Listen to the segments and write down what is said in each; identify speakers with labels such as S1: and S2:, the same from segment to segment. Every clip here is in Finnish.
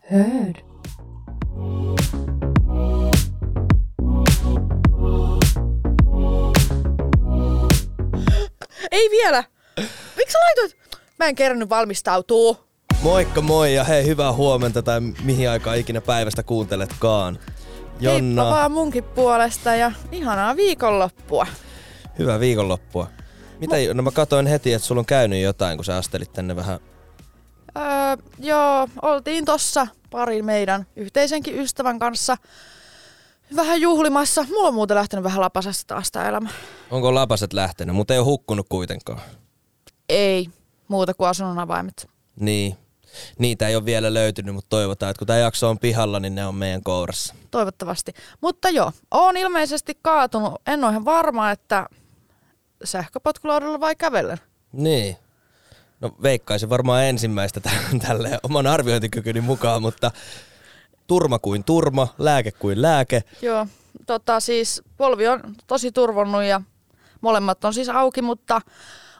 S1: hörd.
S2: Ei vielä! Miksi sä laitoit? Mä en kerännyt valmistautua.
S3: Moikka moi ja hei, hyvää huomenta tai mihin aikaan ikinä päivästä kuunteletkaan.
S2: Heippa
S3: Jonna,
S2: vaan munkin puolesta ja ihanaa viikonloppua.
S3: hyvää viikonloppua. Mitä, Mo- no mä katoin heti, että sulla on käynyt jotain, kun sä astelit tänne vähän.
S2: Öö, joo, oltiin tossa parin meidän yhteisenkin ystävän kanssa vähän juhlimassa. Mulla on muuten lähtenyt vähän lapasesta taas tää elämä.
S3: Onko lapaset lähtenyt, mutta ei ole hukkunut kuitenkaan.
S2: Ei muuta kuin asunnon avaimet.
S3: Niin, niitä ei ole vielä löytynyt, mutta toivotaan, että kun tämä jakso on pihalla, niin ne on meidän kourassa.
S2: Toivottavasti. Mutta joo, oon ilmeisesti kaatunut. En ole ihan varma, että sähköpotkulaudalla vai kävellen.
S3: Niin. No veikkaisin varmaan ensimmäistä tä- tälle oman arviointikykyni mukaan, mutta turma kuin turma, lääke kuin lääke.
S2: Joo, tota siis polvi on tosi turvonnut ja molemmat on siis auki, mutta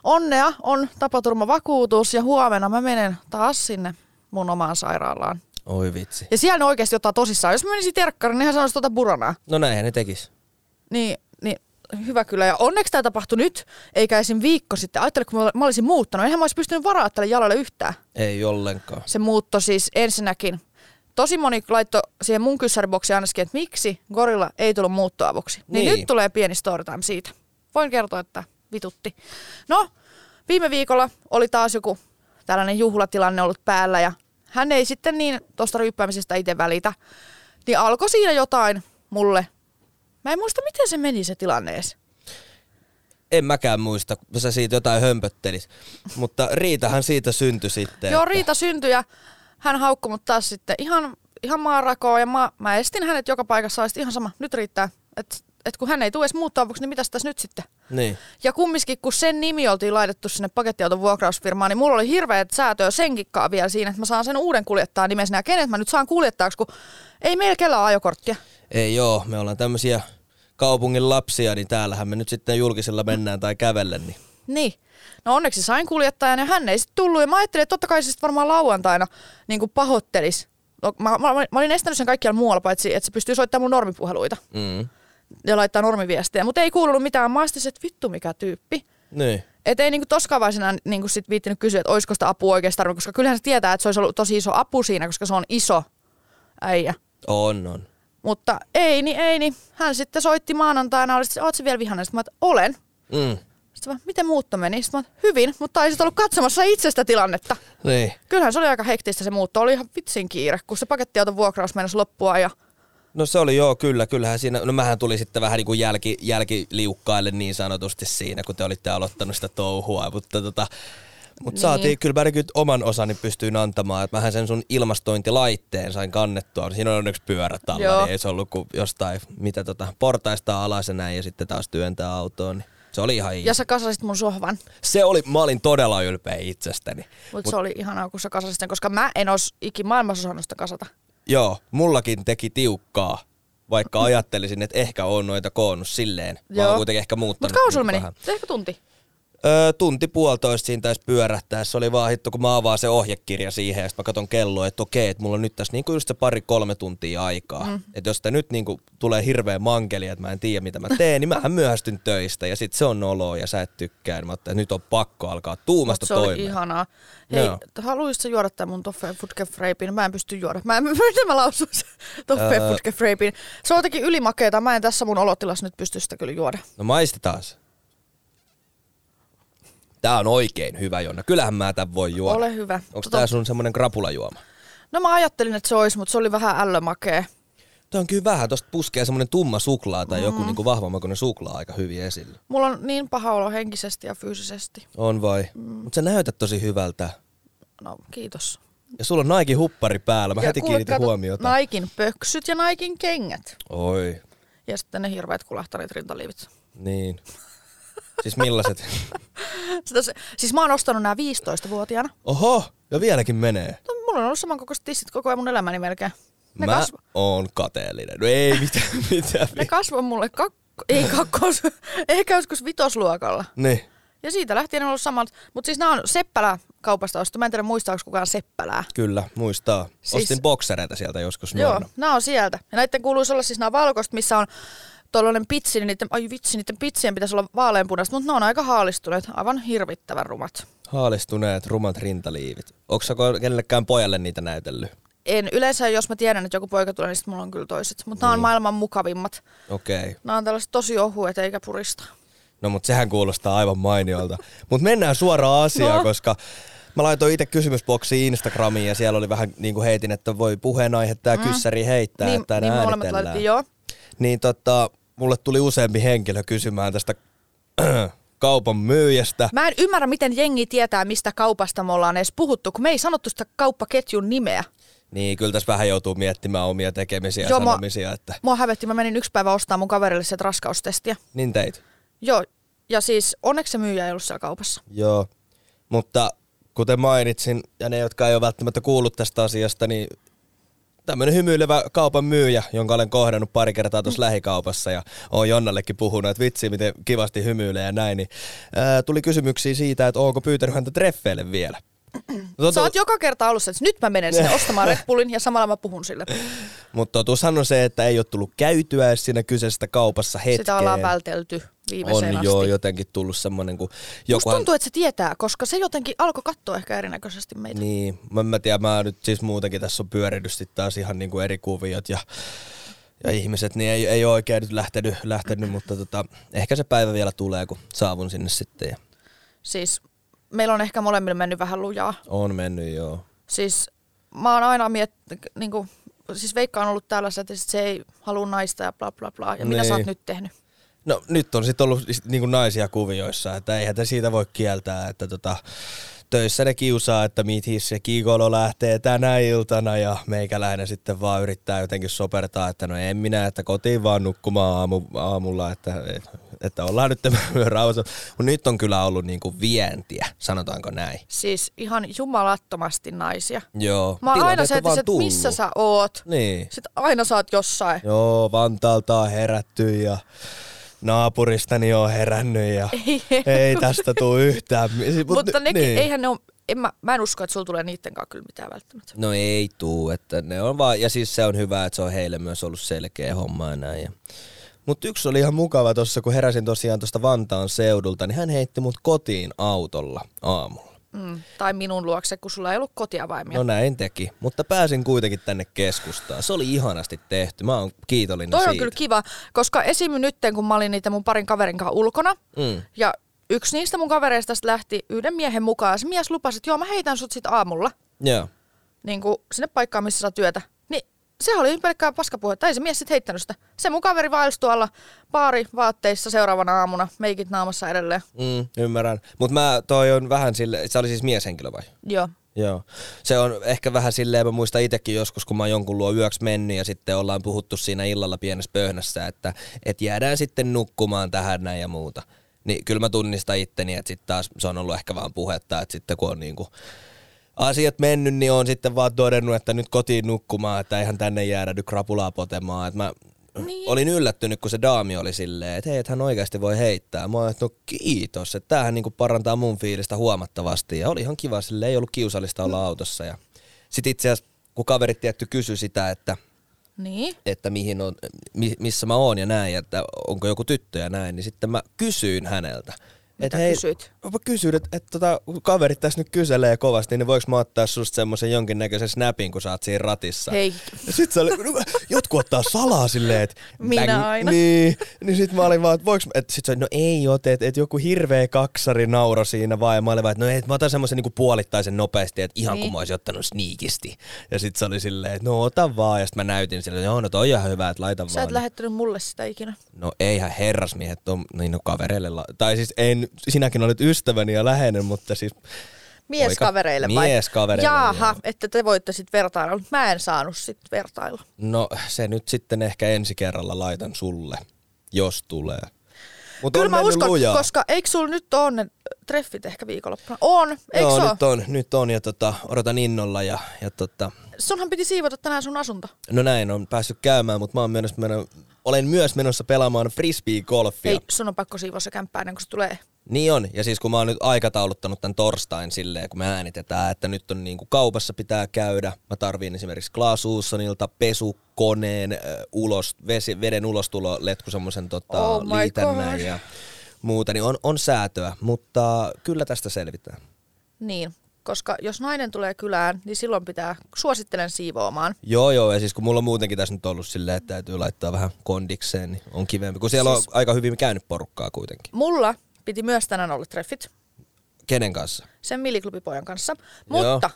S2: onnea on tapaturmavakuutus ja huomenna mä menen taas sinne mun omaan sairaalaan.
S3: Oi vitsi.
S2: Ja siellä ne oikeasti ottaa tosissaan. Jos mä menisin terkkariin, niin hän sanoisi tuota buranaa.
S3: No näinhän ne tekis.
S2: Niin, niin hyvä kyllä. Ja onneksi tämä tapahtui nyt, eikä esim. viikko sitten. Ajattele, kun mä- mä olisin muuttanut. Enhän mä olisi pystynyt varaa tälle jalalle yhtään.
S3: Ei ollenkaan.
S2: Se muutto siis ensinnäkin. Tosi moni laittoi siihen mun kyssäriboksiin ainakin, että miksi Gorilla ei tullut muuttoavuksi. Niin,
S3: Niin.
S2: niin nyt tulee pieni story time siitä. Voin kertoa, että vitutti. No, viime viikolla oli taas joku tällainen juhlatilanne ollut päällä ja hän ei sitten niin tuosta ryyppäämisestä itse välitä. Niin alkoi siinä jotain mulle. Mä en muista, miten se meni se tilanne edes.
S3: En mäkään muista, kun sä siitä jotain hömpöttelit. Mutta Riitahan siitä syntyi sitten.
S2: Joo,
S3: että-
S2: Riita syntyi ja hän haukkui mut taas sitten ihan, ihan maanrakoon ja mä, mä estin hänet joka paikassa, olisi ihan sama, nyt riittää. Et, et kun hän ei tule edes muuttavaksi, niin mitäs tässä nyt sitten?
S3: Niin.
S2: Ja kumminkin, kun sen nimi oltiin laitettu sinne pakettiauton vuokrausfirmaan, niin mulla oli hirveät säätöä senkikkaa vielä siinä, että mä saan sen uuden kuljettajan nimesenä. Ja kenet mä nyt saan kuljettajaksi, kun ei meillä kellä ole ajokorttia.
S3: Ei joo, me ollaan tämmösiä kaupungin lapsia, niin täällähän me nyt sitten julkisella mennään tai kävellen. Niin.
S2: Niin. No onneksi sain kuljettajan ja hän ei sitten tullut. Ja mä ajattelin, että totta kai se sit varmaan lauantaina niin pahoittelisi. No, Mä, mä, mä, olin estänyt sen kaikkialla muualla, paitsi että se pystyy soittamaan mun normipuheluita
S3: Mm.
S2: ja laittaa normiviestejä. Mutta ei kuulunut mitään. Mä ajattelin, että vittu mikä tyyppi.
S3: Niin.
S2: Et ei niinku toskaan vaiheessa niinku sit viittinyt kysyä, että olisiko sitä apua oikeastaan tarvinnut, koska kyllähän se tietää, että se olisi ollut tosi iso apu siinä, koska se on iso äijä.
S3: On, on.
S2: Mutta ei niin, ei niin. Hän sitten soitti maanantaina, oli sitten, ootko vielä vihainen? Sitten mä, että olen.
S3: Mm.
S2: Sitten mä, miten muutto meni? Sitten mä, hyvin, mutta olisit ollut katsomassa itsestä tilannetta.
S3: Niin.
S2: Kyllähän se oli aika hektistä se muutto, oli ihan vitsin kiire, kun se pakettiauton vuokraus mennessä loppua ja
S3: No se oli joo, kyllä, kyllähän siinä, no mähän tuli sitten vähän niin kuin jälki, jälkiliukkaille niin sanotusti siinä, kun te olitte aloittanut sitä touhua, mutta tota, mutta niin.
S2: Niin.
S3: saatiin, kyllä mä nyt oman osani pystyin antamaan, että mähän sen sun ilmastointilaitteen sain kannettua, siinä on onneksi pyörätalla,
S2: Joo.
S3: niin ei se ollut kuin jostain, mitä tota, portaista alas ja näin ja sitten taas työntää autoon, niin se oli ihan
S2: ja
S3: yes.
S2: sä kasasit mun sohvan.
S3: Se oli, mä olin todella ylpeä itsestäni.
S2: Mutta se oli ihanaa, kun sä kasasit sen, koska mä en os ikin maailmassa osannut sitä kasata.
S3: Joo, mullakin teki tiukkaa, vaikka ajattelisin, että ehkä on noita koonnut silleen. Mä oon
S2: Joo.
S3: kuitenkin ehkä muuttanut.
S2: Mutta kauan sulla
S3: niinku
S2: meni?
S3: vähän.
S2: Ehkä tunti.
S3: Öö, tunti puolitoista siinä taisi pyörähtää. Se oli vaan hitto, kun mä avaan se ohjekirja siihen ja sitten mä katson kelloa, että okei, että mulla on nyt tässä niinku just se pari-kolme tuntia aikaa. Mm. Että jos tää nyt niinku tulee hirveä mankeli, että mä en tiedä mitä mä teen, niin mähän myöhästyn töistä ja sit se on noloa ja sä et tykkää. Niin Mä ajattelin, että nyt on pakko alkaa tuumasta
S2: Mut se oli
S3: toimeen.
S2: ihanaa. Hei,
S3: Joo.
S2: t- haluaisitko juoda tämän mun Toffee Futgefreipin? Mä en pysty juoda. Mä en, miten mä lausun sen Toffee
S3: Öö.
S2: Futgefreipin? Se on jotenkin ylimakeeta. Mä en tässä mun olotilassa nyt pysty sitä kyllä juoda.
S3: No maistetaan. Tää on oikein hyvä, Jonna. Kyllähän mä tän voi juoda.
S2: Ole hyvä.
S3: Onko
S2: Tota-
S3: tää sun semmonen krapulajuoma?
S2: No mä ajattelin, että se olisi, mutta se oli vähän ällömakee.
S3: Tämä on kyllä vähän, tosta puskee semmonen tumma suklaa tai mm. joku niinku vahvamakoinen suklaa aika hyvin esille.
S2: Mulla on niin paha olo henkisesti ja fyysisesti.
S3: On vai? Mm. Mutta sä näytät tosi hyvältä.
S2: No, kiitos.
S3: Ja sulla on Naikin huppari päällä, mä
S2: ja
S3: heti
S2: kuule,
S3: kiinnitin
S2: kato,
S3: huomiota.
S2: Naikin pöksyt ja Naikin kengät.
S3: Oi,
S2: Ja sitten ne hirveät kulahtaneet rintaliivit.
S3: niin. Siis millaiset?
S2: Sitä se, siis mä oon ostanut nämä 15-vuotiaana.
S3: Oho, ja vieläkin menee.
S2: No, mulla on ollut samankokoiset tissit koko ajan mun elämäni melkein. Ne,
S3: mä
S2: kasvo,
S3: oon kateellinen. No ei mitään, mitään.
S2: ne kasvoi mulle kakko, ei kakkos, ehkä joskus vitosluokalla.
S3: Niin.
S2: Ja siitä lähtien on ollut samat. Mutta siis nämä on Seppälä kaupasta ostettu. Mä en tiedä muistaako kukaan Seppälää.
S3: Kyllä, muistaa.
S2: Siis-
S3: Ostin boksereita sieltä joskus
S2: Joo,
S3: nuorena.
S2: nämä on sieltä. Ja näiden kuuluisi olla siis nämä valkoiset, missä on tuollainen pitsi, niin niiden, ai vitsi, niiden pitsien pitäisi olla vaaleanpunaiset, mutta ne on aika haalistuneet, aivan hirvittävän rumat.
S3: Haalistuneet rumat rintaliivit. Onko sä ko- kenellekään pojalle niitä näytellyt?
S2: En yleensä, jos mä tiedän, että joku poika tulee, niin sit mulla on kyllä toiset. Mutta niin. nämä on maailman mukavimmat.
S3: Okei. Okay.
S2: Nämä on tällaiset tosi ohuet eikä purista.
S3: No mutta sehän kuulostaa aivan mainiolta. Mutta mennään suoraan asiaan, no.
S2: No.
S3: koska mä laitoin itse kysymysboksiin Instagramiin ja siellä oli vähän niin kuin heitin, että voi puheenaihetta ja mm. kyssäri heittää,
S2: niin,
S3: että tänään
S2: niin me molemmat
S3: äänitellään.
S2: laitettiin, joo.
S3: Niin tota, mulle tuli useampi henkilö kysymään tästä kaupan myyjästä.
S2: Mä en ymmärrä, miten jengi tietää, mistä kaupasta me ollaan edes puhuttu, kun me ei sanottu sitä kauppaketjun nimeä.
S3: Niin kyllä tässä vähän joutuu miettimään omia tekemisiä ja
S2: Joo, mä-
S3: sanomisia, että
S2: Mua hävetti, mä menin yksi päivä ostamaan mun kaverille sieltä raskaustestiä.
S3: niin teit.
S2: Joo, ja siis onneksi se myyjä ei ollut siellä kaupassa.
S3: Joo, mutta kuten mainitsin, ja ne, jotka ei ole välttämättä kuullut tästä asiasta, niin tämmöinen hymyilevä kaupan myyjä, jonka olen kohdannut pari kertaa
S2: Mm.
S3: tuossa lähikaupassa ja oon Jonnallekin puhunut, että vitsi miten kivasti hymyilee ja näin, niin ää, tuli kysymyksiä siitä, että onko pyytänyt häntä treffeille vielä. No,
S2: Sä oot joka kerta ollut se, että nyt mä menen sinne ostamaan Red Bullin ja samalla mä puhun sille.
S3: Mutta totuushan on se, että ei ole tullut käytyä edes siinä kyseisessä kaupassa hetkeen.
S2: Sitä ollaan vältelty
S3: On
S2: viimeiseen asti.
S3: joo jotenkin tullut semmoinen, kun
S2: Musta
S3: jokuhan
S2: tuntuu, että se tietää, koska se jotenkin alkoi katsoa ehkä erinäköisesti meitä.
S3: Niin, mä en mä tiedä, mä nyt siis muutenkin tässä on pyörinyt sit taas ihan niinku eri kuviot ja, ja ihmiset, niin ei, ei ole oikein nyt lähtenyt, lähtenyt mutta tota, ehkä se päivä vielä tulee, kun saavun sinne sitten ja
S2: Siis meillä on ehkä molemmilla mennyt vähän lujaa.
S3: on mennyt joo.
S2: Siis mä oon aina miettinyt, niin kuin, siis Veikka on ollut tällaista, että sit se ei halua naista ja bla bla bla. Ja mitä sä oot
S3: Niin.
S2: nyt tehnyt?
S3: No nyt on sitten ollut is- niinku naisia kuvioissa, että eihän te siitä voi kieltää, että tota, töissä ne kiusaa, että Mithis ja Kigolo lähtee tänä iltana ja meikäläinen sitten vaan yrittää jotenkin sopertaa, että no en minä, että kotiin vaan nukkumaan aamu, aamulla, että, että ollaan nyt rauhassa. Mutta nyt on kyllä ollut niinku vientiä, sanotaanko näin.
S2: Siis ihan jumalattomasti naisia.
S3: Joo.
S2: Mä oon aina
S3: tilanteet
S2: se,
S3: on
S2: että,
S3: vaan
S2: että missä
S3: tullut.
S2: sä oot.
S3: Niin.
S2: Sitten aina sä oot jossain.
S3: Joo, Vantaalta on herätty ja naapuristani on herännyt ja
S2: Ei.
S3: ei tästä tule yhtään. mi- si- mut niin.
S2: Mutta
S3: ny-
S2: nekin, eihän ne ole, en mä, mä en usko, että sulla tulee niiden kanssa kyllä mitään välttämättä.
S3: No ei tuu, että ne on vaan, ja siis se on hyvä, että se on heille myös ollut selkeä homma ja näin. Ja. Mutta yksi oli ihan mukava tuossa, kun heräsin tosiaan tuosta Vantaan seudulta, niin hän heitti mut kotiin autolla aamulla.
S2: Mm. Tai minun luokse, kun sulla ei ollut kotiavaimia.
S3: No näin teki, mutta pääsin kuitenkin tänne keskustaan. Se oli ihanasti tehty, mä oon kiitollinen
S2: Toi
S3: no siitä.
S2: on kyllä kiva, koska esim. nytten, kun mä olin niitä mun parin kaverin kanssa ulkona,
S3: Mm.
S2: ja yksi niistä mun kavereista sit lähti yhden miehen mukaan, ja se mies lupasi, että joo, mä heitän sut sit aamulla
S3: Joo.
S2: niin kuin sinne paikkaan, missä saa työtä. Niin se oli pelkkää paskapuhetta, ei se mies sit heittänyt sitä. Se mun kaveri vaelsi tuolla baari vaatteissa seuraavana aamuna, meikit naamassa edelleen.
S3: Mm, ymmärrän. Mutta mä, toi on vähän sille, se oli siis mieshenkilö vai?
S2: Joo.
S3: Joo. Se on ehkä vähän silleen, mä muistan itsekin joskus, kun mä oon jonkun luo yöksi mennyt ja sitten ollaan puhuttu siinä illalla pienessä pöhnässä, että et jäädään sitten nukkumaan tähän näin ja muuta. Niin kyllä mä tunnistan itteni, että sitten taas se on ollut ehkä vaan puhetta, että sitten kun on niinku asiat mennyt, niin on sitten vaan todennut, että nyt kotiin nukkumaan, että eihän tänne jäädä nyt krapulaa potemaan. Että mä niin. olin yllättynyt, kun se daami oli silleen, että hei, että hän oikeasti voi heittää. Mä oon, että no kiitos, että tämähän niinku parantaa mun fiilistä huomattavasti. Ja oli ihan kiva, sille ei ollut kiusallista olla autossa. Ja sitten itse asiassa, kun kaverit tietty kysyi sitä, että
S2: Niin.
S3: että mihin on, mi- missä mä oon ja näin, ja että onko joku tyttö ja näin, niin sitten mä kysyin häneltä.
S2: Mitä kysyit?
S3: Mä kysyin, että, että tota, kun kaverit tässä nyt kyselee kovasti, niin voiko mä ottaa susta semmoisen jonkinnäköisen snapin, kun sä oot siinä ratissa.
S2: Hei.
S3: Ja sit se oli, no, jotkut ottaa salaa silleen, että...
S2: Minä aina.
S3: Niin, niin sit mä olin vaan, että voiks... Et sit se oli, no ei ote, että et joku hirveä kaksari nauro siinä vaan. Ja mä olin vaan, että no et mä otan semmoisen niinku puolittaisen nopeasti, että ihan niin.
S2: Niin.
S3: kun mä olisin ottanut sniikisti. Ja sit se oli silleen, että no ota vaan. Ja sit mä näytin sille, että joo, no toi on ihan hyvä, että laita
S2: Sä
S3: vaan.
S2: et lähettänyt mulle sitä ikinä.
S3: No eihän herrasmiehet on, niin no kavereille, la- tai siis en, sinäkin olet ystäväni ja läheinen, mutta siis
S2: Mieskavereille vai?
S3: Mieskavereille,
S2: Jaaha,
S3: joo.
S2: että te voitte sitten vertailla, mutta mä en saanut sitten vertailla.
S3: no se nyt sitten ehkä ensi kerralla laitan sulle, jos tulee. Mut
S2: Kyllä
S3: on
S2: mä
S3: mennyt
S2: uskon,
S3: lujaa.
S2: koska eikö sulla nyt ole ne treffit ehkä viikonloppuna? On, eikö
S3: Joo,
S2: se
S3: nyt on, nyt on ja tota, odotan innolla ja, ja tota,
S2: sunhan piti siivota tänään sun asunto.
S3: No näin, on päässyt käymään, mutta mä oon myös menossa, olen myös menossa pelaamaan frisbee-golfia.
S2: Ei, sun on pakko siivoa se kämppä ennen kuin se tulee.
S3: Niin on, ja siis kun mä oon nyt aikatauluttanut tämän torstain silleen, kun me äänitetään, että nyt on niin kuin kaupassa pitää käydä. Mä tarviin esimerkiksi Klaas Uussonilta pesukoneen äh, ulos, vesi, veden ulostulo letku semmoisen tota,
S2: Oh my
S3: liitännän
S2: God.
S3: ja muuta, niin on, on säätöä, mutta kyllä tästä selvitään.
S2: Niin, koska jos nainen tulee kylään, niin silloin pitää, suosittelen siivoamaan.
S3: Joo, joo, ja siis kun mulla on muutenkin tässä nyt ollut silleen, että täytyy laittaa vähän kondikseen, niin on kivempi, kun siellä on aika hyvin käynyt porukkaa kuitenkin.
S2: Mulla piti myös tänään olla treffit
S3: Kenen kanssa?
S2: sen milliklubipojan kanssa, mutta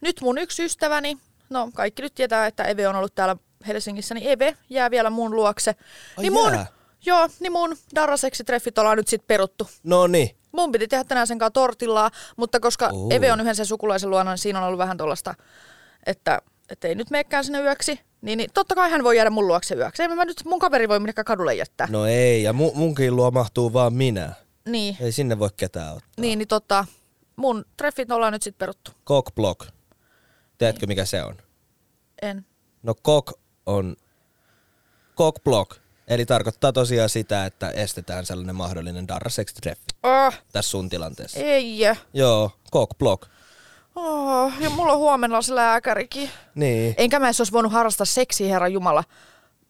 S2: nyt mun yksi ystäväni, no kaikki nyt tietää, että Eve on ollut täällä Helsingissä, niin Eve jää vielä mun luokse.
S3: Ai
S2: niin mun,
S3: jää.
S2: joo, niin mun darraseksi treffit ollaan nyt sit peruttu.
S3: No niin,
S2: Mun piti tehdä tänään sen kanssa tortillaa, mutta koska
S3: Oo.
S2: Eve on yhden sen sukulaisen luona, niin siinä on ollut vähän tuollaista, että, että ei nyt meekään sinne yöksi. Niin, niin totta kai hän voi jäädä mun luokse yöksi. En mä nyt mun kaveri voi minnekään kadulle jättää.
S3: no ei, ja mu- munkin luo mahtuu vaan minä.
S2: Niin,
S3: Ei sinne voi ketään ottaa.
S2: niin, niin tota, mun treffit ollaan nyt sit peruttu.
S3: Cockblock. Tiedätkö mikä se on?
S2: En.
S3: No cock on cockblock. Eli tarkoittaa tosiaan sitä, että estetään sellainen mahdollinen darraseksi-treffi
S2: Ah,
S3: tässä sun tilanteessa.
S2: ei. jä.
S3: Joo, cockblock.
S2: Oh, ja mulla on huomenna se lääkärikin.
S3: Niin.
S2: Enkä mä edes olisi voinut harrastaa seksiä, herra Jumala.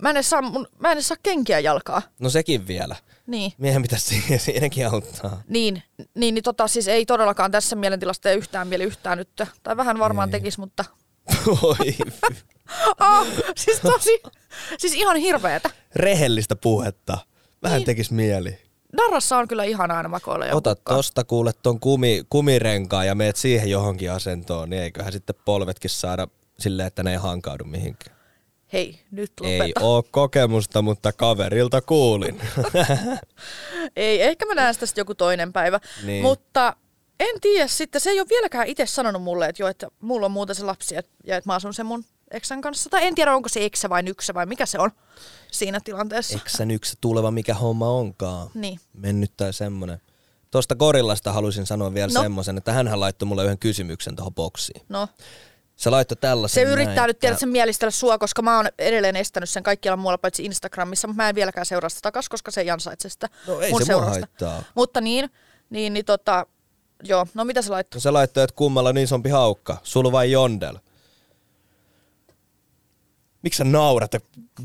S2: Mä en edes saa, mun, mä en edes saa kenkiä jalkaa.
S3: No sekin vielä.
S2: Niin.
S3: Meidän pitäisi si- siinäkin auttaa.
S2: Niin, niin, niin tota, siis ei todellakaan tässä mielentilasta ei yhtään mieli yhtään nyt. Tai vähän varmaan tekis, mutta...
S3: Voi.
S2: Oh, siis tosi, siis ihan hirveetä.
S3: Rehellistä puhetta. Vähän niin. tekis mieli.
S2: Darrassa on kyllä ihan aina makoilla joku.
S3: Ota tosta kuule ton kumi, kumirenkaan ja meet siihen johonkin asentoon, niin eiköhän sitten polvetkin saada silleen, että ne ei hankaudu mihinkään.
S2: Hei, nyt lopeta.
S3: Ei oo kokemusta, mutta kaverilta kuulin.
S2: Ei, ehkä mä näen sitä sitten joku toinen päivä.
S3: Niin.
S2: Mutta en tiedä sitten, se ei ole vieläkään itse sanonut mulle, että, jo, että mulla on muuten se lapsi et- ja että mä asun sen mun eksän kanssa. Tai en tiedä, onko se eksä vai yksä vai mikä se on siinä tilanteessa.
S3: Eksän yksi tuleva mikä homma onkaan.
S2: Niin.
S3: Mennyt tai semmonen. Tuosta Gorillasta halusin sanoa vielä
S2: No.
S3: no. semmoisen, että hänhän laittoi mulle yhden kysymyksen tuohon boksiin.
S2: No,
S3: Se laittoi
S2: se
S3: tällaisen
S2: yrittää
S3: näin,
S2: nyt tiedä sen mielistellä sua, koska mä oon edelleen estänyt sen kaikkialla muualla paitsi Instagramissa, mutta mä en vieläkään seuraa sitä takas, koska se ei ansaitse sitä
S3: No ei
S2: mun
S3: se mua
S2: seurausta.
S3: haittaa.
S2: Mutta niin, niin, niin tota, joo, no mitä se laittoi?
S3: Se laittoi, että kummalla on isompi haukka, sul vai Jondel? Miksi sä naurat ja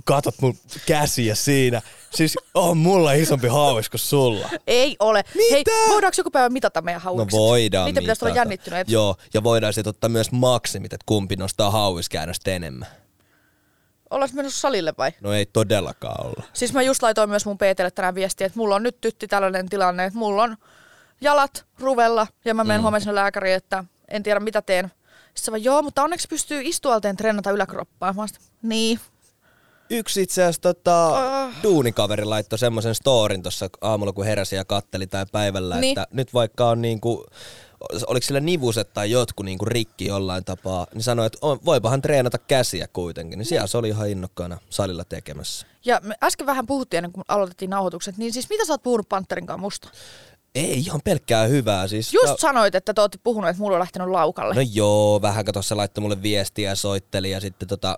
S3: katot mun käsiä siinä? Siis on mulla isompi hauis kuin sulla.
S2: Ei ole.
S3: Mitä?
S2: Hei, voidaanko joku päivä mitata meidän
S3: No
S2: hauikset?
S3: voidaan
S2: Niitä pitäisi olla
S3: mitata.
S2: jännittyneet.
S3: Joo, ja voidaan sitten ottaa myös maksimit, että kumpi nostaa hauiskäännöstä enemmän.
S2: Ollaanko menossa salille vai?
S3: No ei todellakaan olla.
S2: Siis mä just laitoin myös mun PTlle tänään viestiä, että mulla on nyt tytti tällainen tilanne, että mulla on jalat ruvella ja mä menen mm. huomenna sinne lääkäriin, että en tiedä mitä teen. Sitten se vaan, joo, mutta onneksi pystyy istualteen treenata yläkroppaa. Mä oon sit, niin.
S3: Yksi itse asiassa tota,
S2: Ah.
S3: duunikaveri laittoi semmoisen storin tuossa aamulla, kun heräsi ja katteli tai päivällä,
S2: Niin.
S3: niin. että nyt vaikka on niinku, oliko sillä nivuset tai jotkut niinku rikki jollain tapaa, niin sanoi, että on, voipahan treenata käsiä kuitenkin. Niin siellä se oli ihan innokkaana salilla tekemässä.
S2: Ja me äsken vähän puhuttiin ennen kuin aloitettiin nauhoitukset, niin siis mitä sä oot puhunut Panterin kanssa musta?
S3: Ei ihan pelkkää hyvää. Siis
S2: Just
S3: tää-
S2: sanoit, että te ootte puhunut, että mulla on lähtenyt laukalle.
S3: No joo, vähän kato, se laittoi mulle viestiä ja soitteli ja sitten tota,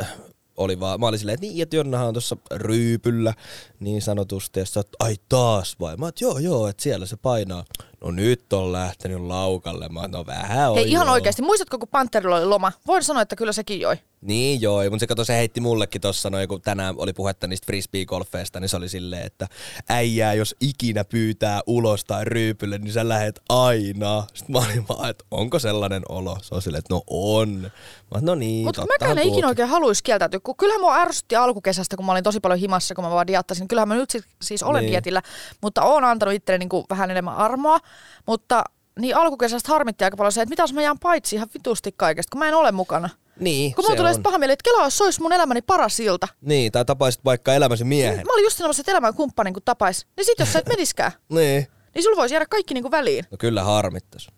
S3: äh, oli vaan, mä olin silleen, että niin, että Jonnahan on tuossa ryypyllä niin sanotusti, ja sä oot, ai taas vai? Mä oot, joo joo, että siellä se painaa. No nyt on lähtenyt laukalle, mä oon, no vähän
S2: Hei,
S3: on
S2: ihan
S3: joo.
S2: oikeasti, muistatko, kun Panterilla oli loma? Voin sanoa, että kyllä sekin joi.
S3: Niin joo, mutta se kato, se heitti mullekin tossa noin, kun tänään oli puhetta niistä frisbee-golfeista, niin se oli silleen, että äijää, jos ikinä pyytää ulos tai ryypylle, niin sä lähet aina. Sitten mä olin vaan, että onko sellainen olo? Se on silleen, että no on. Mä oon, no niin,
S2: Mutta
S3: tottahan
S2: mäkään en ikinä
S3: tuokin.
S2: oikein haluaisi kieltäytyä, kun kyllähän mua ärsytti alkukesästä, kun mä olin tosi paljon himassa, kun mä vaan diattasin. Kyllähän mä nyt sit, siis olen niin.
S3: Niin.
S2: dietillä, mutta oon antanut itselleni niin vähän enemmän armoa. Mutta niin alkukesästä harmitti aika paljon se, että mitä jos mä jään paitsi ihan vitusti kaikesta, kun mä en ole mukana.
S3: Niin,
S2: Kun mulla
S3: se
S2: tulee
S3: on.
S2: sit paha mieli, että Kela, jos se olisi mun elämäni paras ilta.
S3: Niin, tai tapaisit vaikka elämäsi miehen.
S2: Mä olin just sanomassa, että elämän kumppanin kun tapais, niin sit jos sä et meniskään,
S3: Niin.
S2: niin sulla voisi jäädä kaikki niin kuin väliin.
S3: No kyllä harmittas.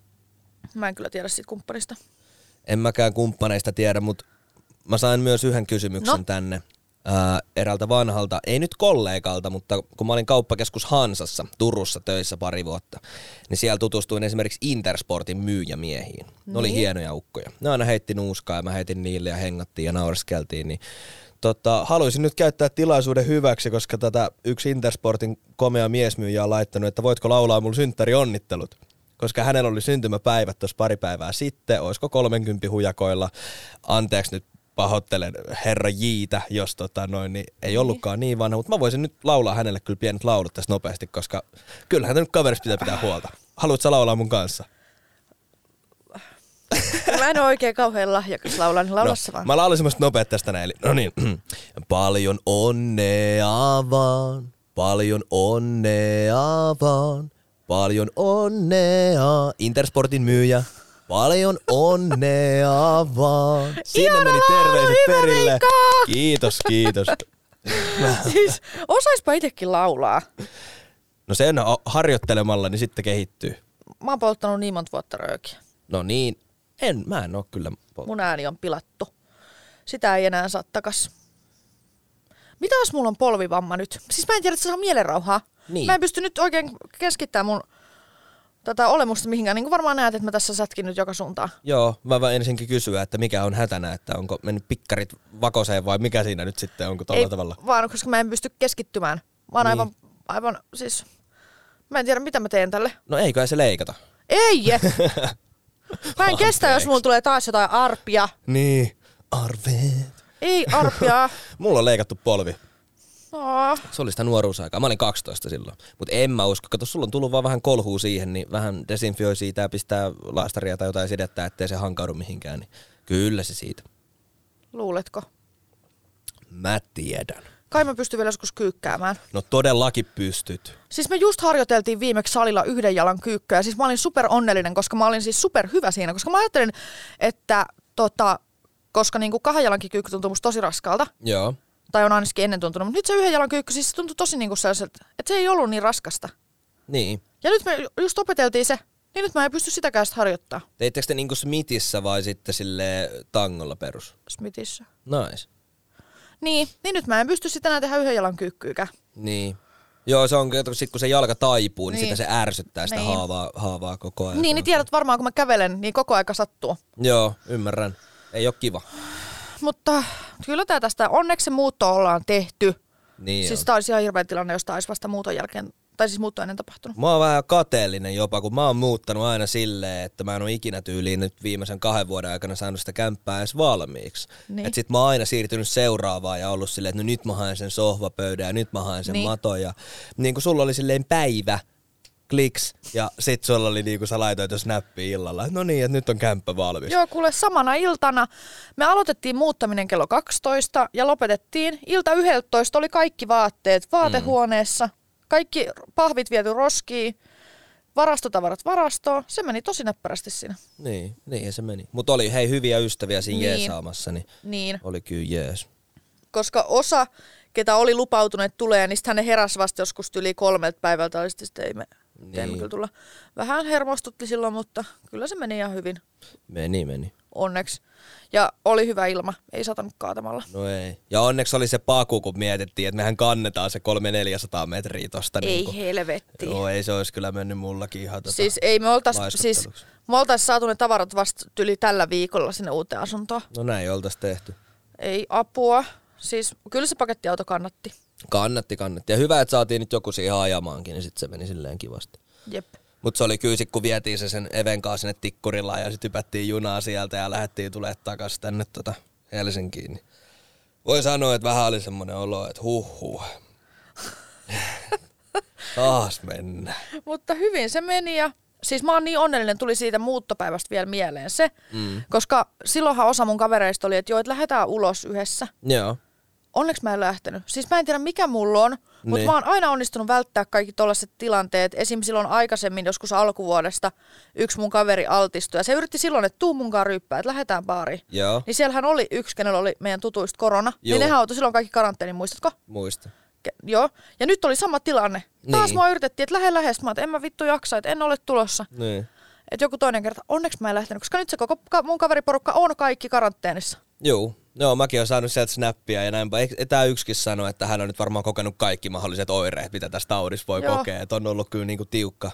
S2: Mä en kyllä tiedä siitä kumppanista.
S3: En mäkään kumppaneista tiedä, mutta mä sain myös yhden kysymyksen
S2: No.
S3: tänne. ää, eräältä vanhalta, ei nyt kollegalta, mutta kun mä olin kauppakeskus Hansassa Turussa töissä pari vuotta, niin siellä tutustuin esimerkiksi Intersportin myyjämiehiin. Ne oli hienoja ukkoja. Ne aina heitti nuuskaa ja mä heitin niille ja hengattiin ja naureskeltiin. Niin Tota, haluaisin nyt käyttää tilaisuuden hyväksi, koska tätä yksi Intersportin komea miesmyyjä on laittanut, että voitko laulaa mulle synttäri onnittelut koska hänellä oli syntymäpäivät tuossa pari päivää sitten, olisiko 30 hujakoilla, anteeksi nyt pahoittelen herra Jiitä, jos tota noin, niin ei ollutkaan niin vanha, mutta mä voisin nyt laulaa hänelle kyllä pienet laulut tässä nopeasti, koska kyllähän nyt kaverista pitää pitää huolta. Haluatko sä laulaa mun kanssa?
S2: Mä en ole oikein kauhean lahjakas laulaa, niin laula no, vaan.
S3: Mä laulan semmoista nopeat tästä näin. Eli, no niin. Paljon onnea vaan, paljon onnea vaan, paljon onnea. Intersportin myyjä. Paljon onnea vaan. Sinne
S2: Ihana
S3: meni
S2: laulu,
S3: terveiset
S2: hyvä
S3: perille.
S2: Riikka!
S3: Kiitos, kiitos.
S2: Siis osaispa itsekin laulaa.
S3: No sen o- harjoittelemalla, niin sitten kehittyy.
S2: Mä oon polttanut niin monta vuotta röökiä.
S3: No niin, en, mä en oo kyllä. po-
S2: Mun ääni on pilattu. Sitä ei enää saa takas. Mitä jos mulla on polvivamma nyt? Siis mä en tiedä, että se saa mielenrauhaa.
S3: Niin.
S2: Mä en pysty nyt oikein keskittämään mun tätä olemusta mihinkään. Niin kuin varmaan näet, että mä tässä sätkin nyt joka suuntaan.
S3: Joo, mä vaan ensinkin kysyä, että mikä on hätänä, että onko mennyt pikkarit vakoseen vai mikä siinä nyt sitten, onko tolla tavalla?
S2: Vaan koska mä en pysty keskittymään. Mä oon
S3: Niin.
S2: niin. aivan, aivan siis... Mä en tiedä, mitä mä teen tälle.
S3: No ei kai se leikata.
S2: Ei! Mä en kestä, jos
S3: Anteeksi.
S2: mulla tulee taas jotain arpia.
S3: Niin, arveet.
S2: Ei arpia.
S3: Mulla on leikattu polvi.
S2: No.
S3: Se oli sitä nuoruusaikaa. Mä olin 12 silloin. Mutta en mä usko. Kato, sulla on tullut vaan vähän kolhuu siihen, niin vähän desinfioi siitä ja pistää laastaria tai jotain sidettä, ettei se hankaudu mihinkään. Niin kyllä se siitä.
S2: Luuletko?
S3: Mä tiedän.
S2: Kai mä pystyn vielä joskus kyykkäämään.
S3: No todellakin pystyt.
S2: Siis me just harjoiteltiin viimeksi salilla yhden jalan kyykkyä. Ja Siis mä olin super onnellinen, koska mä olin siis super hyvä siinä. Koska mä ajattelin, että tota, koska niinku kahden jalankin kyykky tuntuu musta tosi raskaalta.
S3: Joo.
S2: Tai on ainakin ennen tuntunut. Mutta nyt se yhden jalan kyykky siis se tuntui tosi niinku sellaiselta, että se ei ollut niin raskasta.
S3: Niin.
S2: Ja nyt me ju- just opeteltiin se. Niin nyt mä en pysty sitäkään sit harjoittaa.
S3: Teittekö te niinku Smithissä vai sitten sille tangolla perus?
S2: Smithissä.
S3: Nice.
S2: Niin, niin nyt mä en pysty sitä enää tehdä yhden jalan kyykkyykä.
S3: Niin. Joo, se on, kato, sit kun se jalka taipuu, niin, niin.
S2: Niin.
S3: sitä se ärsyttää sitä niin.
S2: Niin.
S3: haavaa, haavaa koko ajan.
S2: Niin, niin tiedät varmaan, kun mä kävelen, niin koko aika sattuu.
S3: Joo, ymmärrän. Ei ole kiva.
S2: Mutta kyllä tää tästä, onneksi se muutto ollaan tehty.
S3: Niin
S2: Niin siis
S3: on.
S2: tää olisi ihan hirveä tilanne, jos tää olisi vasta muuton jälkeen, tai siis muutto ennen tapahtunut.
S3: Mä oon vähän kateellinen jopa, kun mä oon muuttanut aina silleen, että mä en ole ikinä tyyliin nyt viimeisen kahden vuoden aikana saanut sitä kämppää edes valmiiksi.
S2: Niin.
S3: Et sit mä oon aina siirtynyt seuraavaan ja ollut silleen, että no nyt mä haen sen sohvapöydän ja nyt mä haen sen niin.
S2: Niin.
S3: maton. Ja niin kuin sulla oli silleen päivä, kliks, ja sit sulla oli niin kuin sä laitoit jos näppi illalla. No niin, että nyt on kämppä valmis.
S2: Joo, kuule, samana iltana me aloitettiin muuttaminen kello 12 ja lopetettiin. Ilta 11 oli kaikki vaatteet vaatehuoneessa, kaikki pahvit viety roskiin, varastotavarat varastoon. Se meni tosi näppärästi siinä.
S3: Niin, niin se meni. Mut oli hei hyviä ystäviä siinä niin.
S2: Niin.
S3: jeesaamassa, niin
S2: Niin.
S3: oli kyllä jees.
S2: koska osa, ketä oli lupautunut, että tulee, niin sitten hän heräsi vasta joskus yli kolmelta päivältä, oli sitten, sit ei me,
S3: Niin.
S2: niin. kyllä tulla. Vähän hermostutti silloin, mutta kyllä se meni ihan hyvin,
S3: Meni, meni.
S2: onneksi. Ja oli hyvä ilma, ei satanut kaatamalla.
S3: No ei. Ja onneksi oli se paku, kun mietittiin, että mehän kannetaan se 300-400 metriä tosta.
S2: Ei
S3: niinku.
S2: helvetti.
S3: Joo, ei se olisi kyllä mennyt mullakin ihan tota.
S2: Siis ei me oltais, siis
S3: laiskotteluksi.
S2: me oltais saatu ne tavarat vasta tyli tällä viikolla sinne uuteen asuntoon.
S3: No näin oltais tehty.
S2: Ei apua. Siis kyllä se pakettiauto kannatti.
S3: Kannatti, kannatti. Ja hyvä, että saatiin nyt joku siihen ajamaankin, niin sitten se meni silleen kivasti.
S2: Jep.
S3: Mutta se oli kyllä sit, kun vietiin se sen Even kanssa sinne Tikkurilaan ja sitten hypättiin junaa sieltä ja lähdettiin tulee takaisin tänne tota Helsinkiin. Niin voi sanoa, että vähän oli semmoinen olo, että huh huh. Taas mennä.
S2: Mutta hyvin se meni ja siis mä oon niin onnellinen, tuli siitä muuttopäivästä vielä mieleen se, mm. koska silloinhan osa mun kavereista oli, että joo, että lähdetään ulos yhdessä.
S3: Joo.
S2: Onneksi mä en lähtenyt. Siis mä en tiedä mikä mulla on, mutta
S3: Niin.
S2: mä oon aina onnistunut välttää kaikki tollaiset tilanteet. Esim. silloin aikaisemmin joskus alkuvuodesta yksi mun kaveri altistui ja se yritti silloin, että tuu munkaan ryppää, että lähdetään baariin.
S3: Joo.
S2: Niin siellähän oli yksi, kenellä oli meidän tutuista korona.
S3: Juu.
S2: Niin nehän outui silloin kaikki karanteeniin, muistatko?
S3: Muista.
S2: Ke- joo. Ja nyt oli sama tilanne. Taas
S3: Niin.
S2: mua yritettiin, että lähde lähes. Mä oon, että en mä vittu jaksa, että en ole tulossa.
S3: Niin.
S2: Että joku toinen kerta, onneksi mä en lähtenyt, koska nyt se koko ka- mun kaveriporukka on kaikki karanteenissa.
S3: Joo, Joo, mäkin olen saanut sieltä snappia ja näinpä. Tämä yksikin sanoi, että hän on nyt varmaan kokenut kaikki mahdolliset oireet, mitä tästä taudissa voi
S2: Joo.
S3: kokea. Että on ollut kyllä niinku tiukka,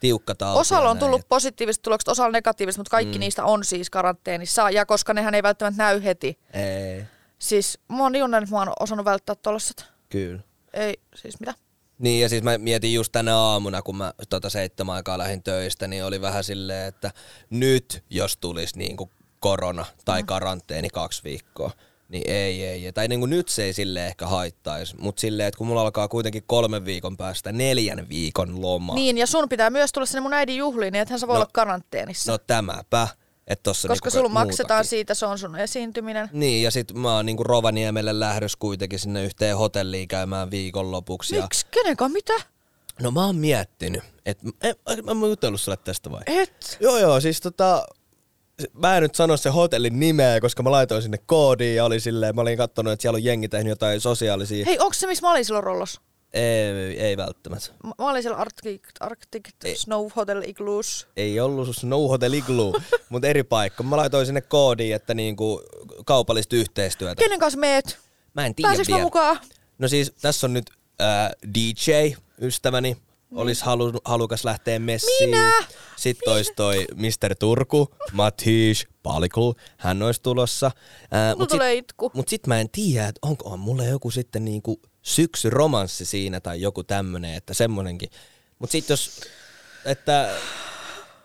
S3: tiukka tauti. ja
S2: Osalla on
S3: näin.
S2: tullut positiiviset tulokset, osalla negatiiviset, mutta kaikki mm. niistä on siis karanteenissa. Ja koska nehän ei välttämättä näy heti.
S3: Ei,
S2: Siis mä oon junnen, että mä oon osannut välttää tollaset.
S3: kyllä.
S2: Ei, siis mitä?
S3: Niin ja siis mä mietin just tänä aamuna, kun mä tota seitsemän aikaa lähdin töistä, niin oli vähän silleen, että nyt jos tulisi niin kuin korona
S2: Mm.
S3: tai karanteeni kaksi viikkoa, niin ei, ei. ei. Tai niin kuin nyt se ei sille ehkä haittaisi, mutta silleen, että kun mulla alkaa kuitenkin kolmen viikon päästä neljän viikon loma.
S2: Niin, ja sun pitää myös tulla sinne mun äidin juhliin, niin ethän sä voi
S3: No.
S2: no, olla karanteenissa.
S3: No tämäpä. Että tossa
S2: koska
S3: niinku
S2: sulla
S3: ka-
S2: maksetaan
S3: muutakin.
S2: siitä, se on sun esiintyminen.
S3: Niin, ja sit mä oon niinku Rovaniemelle lähdös kuitenkin sinne yhteen hotelliin käymään viikonlopuksi. Ja...
S2: Miksi? Kenenkaan mitä?
S3: No mä oon miettinyt, että mä oon jutellut sulle tästä vai?
S2: Et.
S3: Joo joo, siis tota, mä en nyt sano se hotellin nimeä, koska mä laitoin sinne koodiin ja oli silleen, mä olin kattonut, että siellä on jengi tehnyt jotain sosiaalisia.
S2: Hei, onko se, missä mä olin silloin rollos?
S3: Ei, ei välttämättä.
S2: Mä mä olin siellä Arctic, Arctic
S3: Ei.
S2: Snow Hotel Igloos.
S3: Ei ollut no Snow Hotel Igloo, mutta eri paikka. Mä laitoin sinne koodiin, että niinku kaupallista yhteistyötä.
S2: Kenen kanssa meet?
S3: Mä en tiedä
S2: Pääsiks mä
S3: vielä.
S2: mukaan?
S3: No siis tässä on nyt äh, DJ-ystäväni, olisi halu, halukas lähteä messiin.
S2: Mm. Minä?
S3: Sitten Minä? olisi toi Mr. Turku, Matish Palikul, hän olisi tulossa. Äh,
S2: Mulla tulee itku.
S3: Mut sit mä en tiedä, että onko on mulla joku sitten niinku syksyromanssi siinä tai joku tämmönen, että semmonenkin. Mut sit jos, että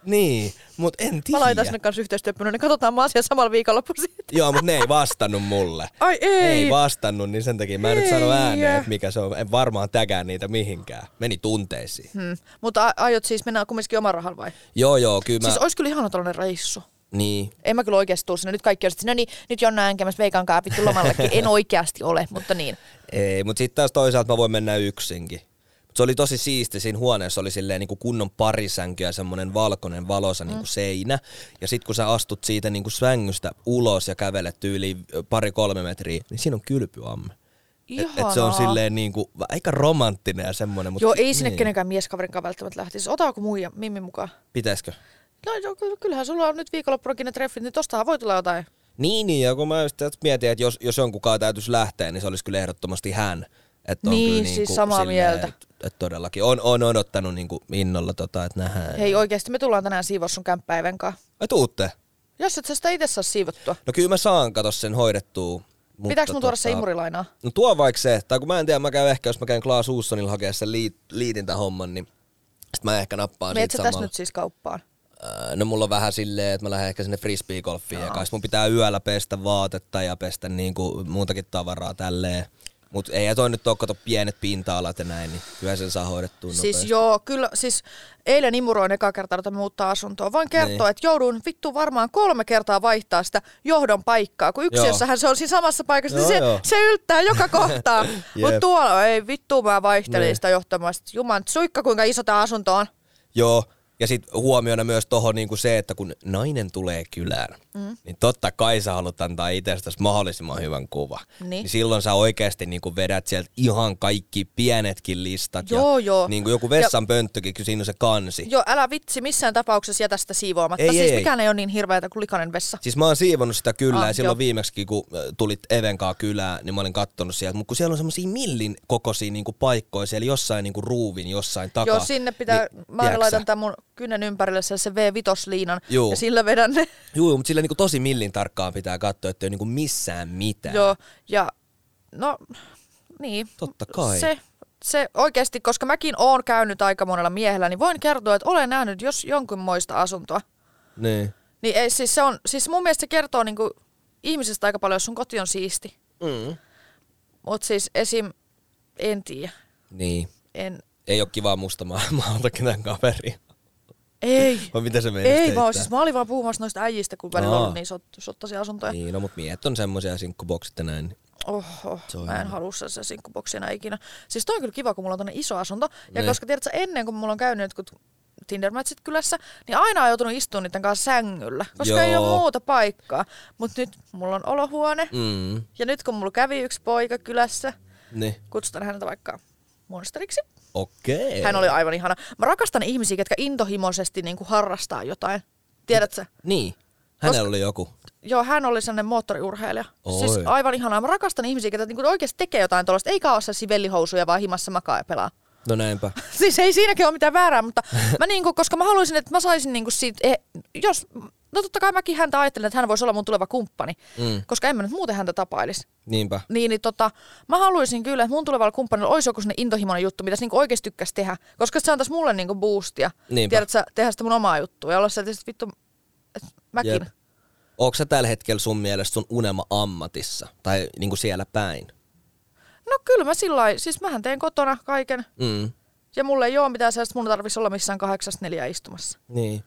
S3: niin, mut en
S2: Mä
S3: tiedä.
S2: laitan sinne kanssa yhteistyöpyynön, niin katsotaan mä asian samalla viikonloppuisin.
S3: Joo, mut ne ei vastannut mulle.
S2: Ai ei.
S3: Ne ei vastannut, niin sen takia mä en nyt sano
S2: Ei.
S3: ääneen, että mikä se on. En varmaan tägää niitä mihinkään. Meni tunteisiin.
S2: Hmm. Mutta a- aiot siis mennä kumminkin oman rahalla vai? Mä...
S3: Joo, joo, kyllä mä...
S2: Siis ois kyllä ihana tollanen reissu.
S3: Niin.
S2: En mä kyllä oikeasti tuu sinne. Nyt kaikki on sit, no niin, nyt Jonna änkämässä Veikan kaa vittu lomallekin. En oikeasti ole, mutta niin.
S3: Ei, mutta sitten taas toisaalta mä voin mennä yksinkin. Mut Se oli tosi siisti, siinä huoneessa oli silleen niinku kunnon parisänky ja semmoinen valkoinen valosa niinku seinä. Ja sitten kun sä astut siitä niinku sängystä ulos ja kävelet yli pari-kolme metriä, niin siinä on kylpyamme. Et, et se on
S2: Ihanaa.
S3: silleen niinku, va- aika romanttinen ja semmoinen. Mut
S2: Joo, ei sinne
S3: niin.
S2: kenenkään mieskaverin välttämättä lähtisi. Otaako muija Mimmi mukaan?
S3: Pitäiskö?
S2: No joo, ky- kyllähän sulla on nyt viikonloppunakin ne treffit, niin tostahan voi tulla jotain.
S3: Niin, niin, ja kun mä just tästä mietin, että jos, jos jonkunkaan täytyisi lähteä, niin se olisi kyllä ehdottomasti hän. Että on
S2: Niin,
S3: kyllä
S2: siis
S3: niinku
S2: samaa
S3: silleen,
S2: mieltä.
S3: Että et todellakin, on, on odottanut niinku innolla, tota, että nähdään.
S2: Hei oikeasti, me tullaan tänään siivoa sun kämppäivän kanssa.
S3: Ai tuutte.
S2: Jos et sä sitä itse saa siivottua.
S3: No kyllä mä saan, kato sen hoidettua. Mutta
S2: Pitääkö mun tuoda se imurilainaa?
S3: No tuo vaikka se, tai kun mä en tiedä, mä käyn ehkä, jos mä käyn Klaas Uussonilla hakea sen liit, liitintähomman, niin sit mä ehkä nappaan
S2: Me et
S3: siitä
S2: sä tässä
S3: samalla.
S2: nyt siis kauppaan.
S3: Öö, No mulla on vähän silleen, että mä lähden ehkä sinne frisbeegolfiin ja mun pitää yöllä pestä vaatetta ja pestä niinku muutakin tavaraa tälleen. Mut ei toi nyt oo kato pienet pinta-alat ja näin, niin kyllä sen saa hoidettua
S2: Siis
S3: nopeasti.
S2: joo, kyllä, siis eilen imuroin eka kertaa tätä muuttaa asuntoa. Voin kertoa,
S3: Niin.
S2: niin. että joudun vittu varmaan kolme kertaa vaihtaa sitä johdon paikkaa, kun yksiössähän se on siinä samassa paikassa,
S3: Joo,
S2: niin se,
S3: joo.
S2: se yltää joka kohtaan.
S3: Jep.
S2: Mutta tuolla ei vittu, mä vaihtelin
S3: Niin.
S2: niin. sitä johtamasta. Juman, suikka kuinka iso tämä asunto on.
S3: Joo, ja sit huomiona myös tohon niinku se, että kun nainen tulee kylään, mm. niin totta kai sä haluat antaa itsestäsi mahdollisimman hyvän kuva.
S2: Niin.
S3: niin silloin sä oikeasti niinku vedät sieltä ihan kaikki pienetkin listat.
S2: Joo,
S3: ja
S2: joo.
S3: Niinku joku vessanpönttökin, kun siinä on se kansi.
S2: Joo, älä vitsi, missään tapauksessa jätä sitä siivoamatta.
S3: Ei,
S2: Ei, siis
S3: ei,
S2: ei, mikään ei. ole niin hirveätä kuin likainen vessa.
S3: Siis mä oon siivonut sitä kyllä ah,
S2: Ah,
S3: ja silloin
S2: joo.
S3: viimeksi kun äh, tulit Evenkaa kylään, niin mä olin kattonut sieltä. Mutta kun siellä on semmosia millin kokoisia niinku paikkoja siellä jossain niinku ruuvin jossain takaa.
S2: Joo, sinne pitää, niin, mä aina
S3: tiedätkö
S2: laitan
S3: sä?
S2: tämän mun kynnen ympärille sellaisen V5-liinan
S3: Juu.
S2: ja sillä vedän ne.
S3: Juu, mutta sillä niinku tosi millin tarkkaan pitää katsoa, ettei ole niinku missään mitään.
S2: Joo, ja no niin.
S3: Totta kai.
S2: Se, se oikeasti, koska mäkin oon käynyt aika monella miehellä, niin voin kertoa, että olen nähnyt jos jonkunmoista asuntoa.
S3: Niin.
S2: Niin ei, siis, se on, siis mun mielestä se kertoo niinku ihmisestä aika paljon, jos sun koti on siisti.
S3: Mm.
S2: Mutta siis esim, en tiedä,
S3: Niin.
S2: en,
S3: Ei ole kivaa musta ma- maalta ketään kaveria.
S2: ei.
S3: Vai mitä se meni?
S2: Ei vaan, siis mä olin vaan puhumassa noista äijistä, kun välillä
S3: Aa.
S2: on ollut niin sot- sottaisia asuntoja.
S3: Niin, no mut miehet on semmosia sinkkuboksit ja näin. niin-
S2: Oho,
S3: Se on
S2: mä en
S3: ihan-
S2: halua se sinkkuboksina ikinä. Siis toi on kyllä kiva, kun mulla on tonne iso asunto.
S3: Niin.
S2: Ja koska tiedätkö, ennen kuin mulla on käynyt jotkut tinder kylässä, niin aina on joutunut istumaan niiden kanssa sängyllä, koska Joo. ei
S3: Joo.
S2: ole muuta paikkaa. Mutta nyt mulla on olohuone. Mm.
S3: Mm.
S2: Ja nyt kun mulla kävi yksi poika kylässä,
S3: Niin.
S2: kutsutaan häntä vaikka monsteriksi.
S3: Okei.
S2: Hän oli aivan ihana. Mä rakastan ihmisiä, ketkä intohimoisesti niin kuin harrastaa jotain. Tiedätkö?
S3: Niin. Hänellä oli joku.
S2: joo, hän oli sellainen moottoriurheilija.
S3: Oi.
S2: Siis aivan ihanaa. Mä rakastan ihmisiä, ketä niinku oikeasti tekee jotain tuollaista. Eikä ole sellaisia vellihousuja, vaan himassa makaa ja pelaa.
S3: No näinpä.
S2: siis ei siinäkin ole mitään väärää, mutta mä niinku, koska mä haluaisin, että mä saisin niinku siitä, eh, jos, no totta kai mäkin häntä ajattelin, että hän voisi olla mun tuleva kumppani,
S3: Mm.
S2: mm. koska en mä nyt muuten häntä tapailisi.
S3: Niinpä.
S2: Niin, niin tota, mä haluaisin kyllä, että mun tulevalla kumppanilla olisi joku sellainen intohimoinen juttu, mitä se niinku oikeasti tykkäisi tehdä, koska se antaisi mulle niinku boostia.
S3: Niinpä.
S2: Tiedät sä, tehdä sitä mun omaa juttua ja olla sieltä sit vittu, että mäkin.
S3: Jep. Onko sä tällä hetkellä sun mielestä sun unelma ammatissa? Tai niinku siellä päin?
S2: No kyllä mä sillä lailla- siis mähän teen kotona kaiken
S3: Mm.
S2: ja mulle ei ole mitään sellaista, mun tarvitsisi olla missään kahdeksasta neljää istumassa.
S3: Niin.